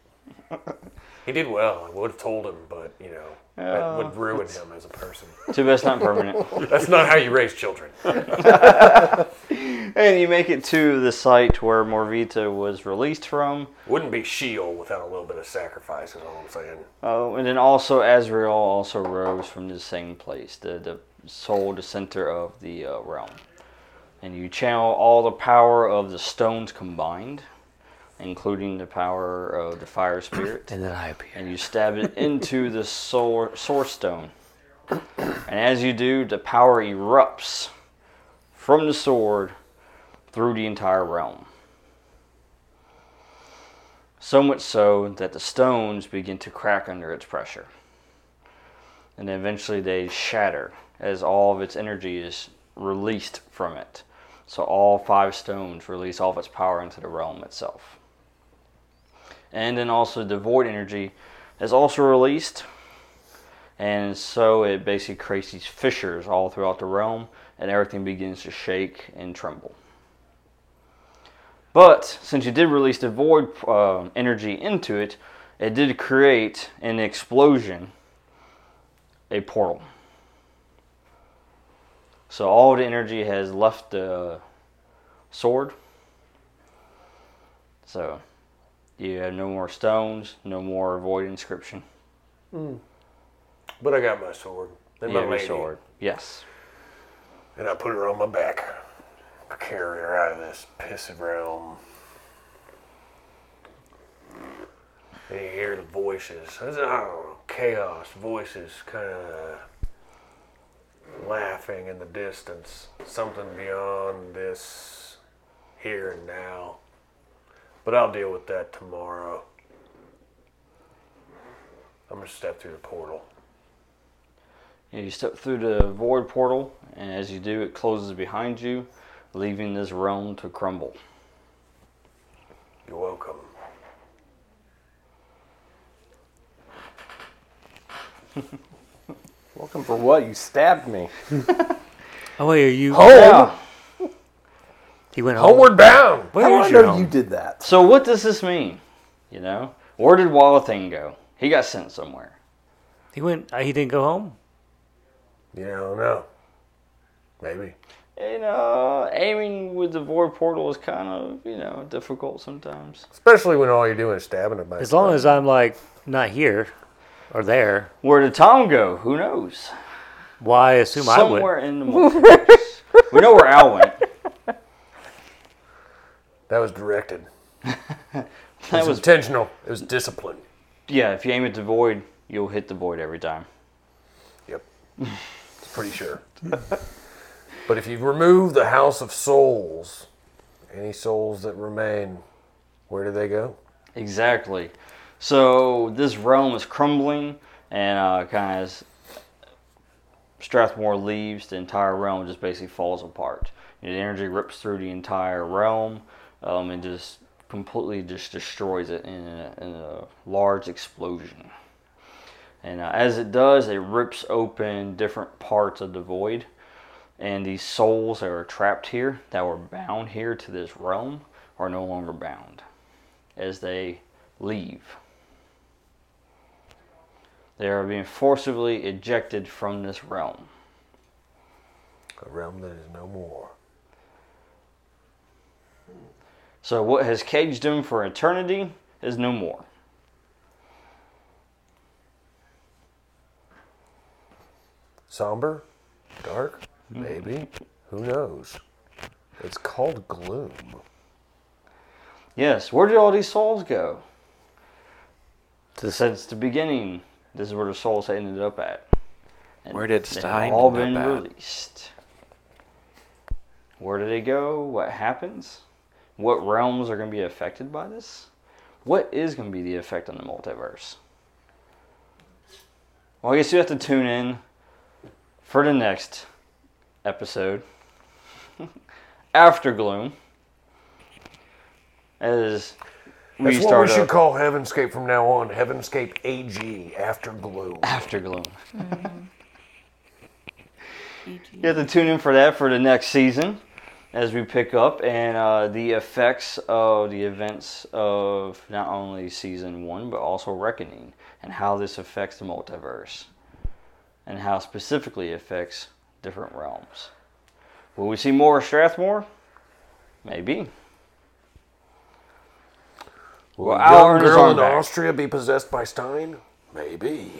Speaker 2: He did well. I would have told him, but, you know, that would ruin him as a person.
Speaker 1: Too bad it's not
Speaker 7: (laughs)
Speaker 1: permanent.
Speaker 2: That's not how you raise children.
Speaker 1: and you make it to the site where Morvita was released from.
Speaker 2: Wouldn't be Sheol without a little bit of sacrifice, is all I'm saying.
Speaker 1: Oh, and then also Azrael also rose from the same place, the, the soul, the center of the uh, realm. And you channel all the power of the stones combined, including the power of the fire spirit,
Speaker 3: And then I appear.
Speaker 1: and you stab it into the soul, source stone. And as you do, the power erupts from the sword through the entire realm. So much so that the stones begin to crack under its pressure. And then eventually they shatter as all of its energy is released from it. So all five stones release all of its power into the realm itself. And then also the void energy is also released. And so it basically creates these fissures all throughout the realm, and everything begins to shake and tremble. But since you did release the void um energy into it, it did create an explosion, a portal. So all the energy has left the sword. So you have no more stones, no more void inscription.
Speaker 2: But I got my sword. And
Speaker 1: You
Speaker 2: my
Speaker 1: have your
Speaker 2: lady.
Speaker 1: sword. Yes.
Speaker 2: And I put her on my back. Carry her out of this pissy realm. And you hear the voices. It's, I don't know, chaos. Voices kind of laughing in the distance. Something beyond this here and now. But I'll deal with that tomorrow. I'm going to step through the portal.
Speaker 1: And you step through the void portal, and as you do, it closes behind you, leaving this realm to crumble.
Speaker 2: You're welcome.
Speaker 4: Welcome for what? You stabbed me.
Speaker 3: Oh wait, are you?
Speaker 4: Home.
Speaker 3: He went home.
Speaker 2: Homeward bound!
Speaker 4: How do I
Speaker 3: your
Speaker 4: know
Speaker 3: home?
Speaker 4: you did that?
Speaker 1: So what does this mean? You know, where did Wallathing go? He got sent somewhere.
Speaker 3: He went. uh, He didn't go home.
Speaker 2: You don't know. Maybe.
Speaker 1: And uh, aiming with the void portal is kind of you know difficult sometimes.
Speaker 2: Especially when all you're doing is stabbing a bunch.
Speaker 3: As long as I'm like not here or there,
Speaker 1: Where did Tom go? Who knows?
Speaker 3: why assume I would?
Speaker 1: Somewhere in the multiverse.
Speaker 2: (laughs)
Speaker 1: we know where Al went.
Speaker 2: that was directed. It
Speaker 1: That
Speaker 2: was
Speaker 1: was
Speaker 2: intentional. It was discipline.
Speaker 1: yeah. If you aim at the void, you'll hit the void every time.
Speaker 2: Yep. Pretty sure. but if you remove the house of souls, any souls that remain, where do they go?
Speaker 1: Exactly. So this realm is crumbling, and uh, kind of Strathmore leaves, the entire realm just basically falls apart. And the energy rips through the entire realm um, and just completely just destroys it in a, in a large explosion. And uh, as it does, it rips open different parts of the void. And these souls that are trapped here, that were bound here to this realm, are no longer bound as they leave. They are being forcibly ejected from this realm.
Speaker 2: A realm that is no more.
Speaker 1: So, what has caged them for eternity is no more.
Speaker 2: Somber? Dark? Maybe? Who knows? It's called gloom.
Speaker 1: Yes, where did all these souls go? Since the beginning, this is where the souls ended up at. And
Speaker 9: Where did
Speaker 1: they've
Speaker 9: Stein
Speaker 1: all
Speaker 9: end
Speaker 1: been
Speaker 9: up at?
Speaker 1: released? Where do they go? What happens? What realms are going to be affected by this? What is going to be the effect on the multiverse? Well, I guess you have to tune in for the next episode (laughs) after Gloom. As we
Speaker 2: That's what
Speaker 1: start
Speaker 2: we should
Speaker 1: up
Speaker 2: call Heavenscape from now on. Heavenscape AG after gloom.
Speaker 1: after Gloom. You have to tune in for that for the next season as we pick up and uh, the effects of the events of not only season one but also Reckoning and how this affects the multiverse and how specifically it affects different realms. Will we see more of Strathmore? Maybe.
Speaker 2: Will
Speaker 1: Well,
Speaker 2: a
Speaker 1: I'll
Speaker 2: young
Speaker 1: earn his
Speaker 2: girl
Speaker 1: arm
Speaker 2: in
Speaker 1: back.
Speaker 2: Austria be possessed by Stein? Maybe.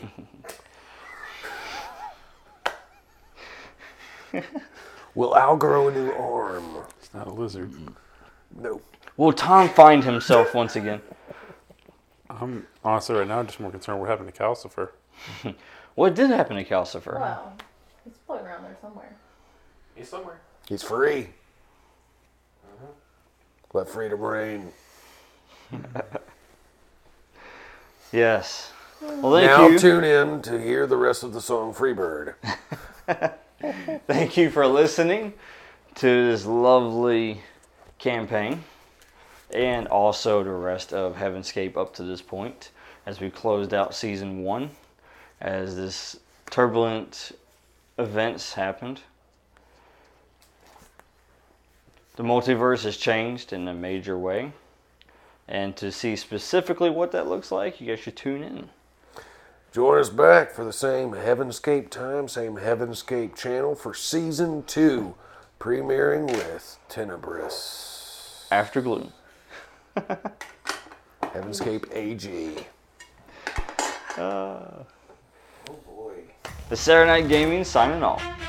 Speaker 2: Will Al grow a new arm?
Speaker 7: It's not a lizard.
Speaker 2: Nope.
Speaker 1: Will Tom find himself once again?
Speaker 7: I'm honestly right now just more concerned what happened to Calcifer.
Speaker 1: What did happen to Calcifer?
Speaker 5: Wow. It's floating around there somewhere.
Speaker 7: He's somewhere.
Speaker 2: He's free. Let freedom reign.
Speaker 1: Yes. Well, thank
Speaker 2: now
Speaker 1: you.
Speaker 2: tune in to hear the rest of the song Freebird.
Speaker 1: Thank you for listening to this lovely campaign and also the rest of Heavenscape up to this point as we closed out season one as this turbulent events happened. The multiverse has changed in a major way. And to see specifically what that looks like, you guys should tune in.
Speaker 2: Join us back for the same Heavenscape time, same Heavenscape channel for season two, premiering with Tenebris.
Speaker 1: After Gloom.
Speaker 2: Heavenscape AG.
Speaker 1: The Saturday Night Gaming signing off.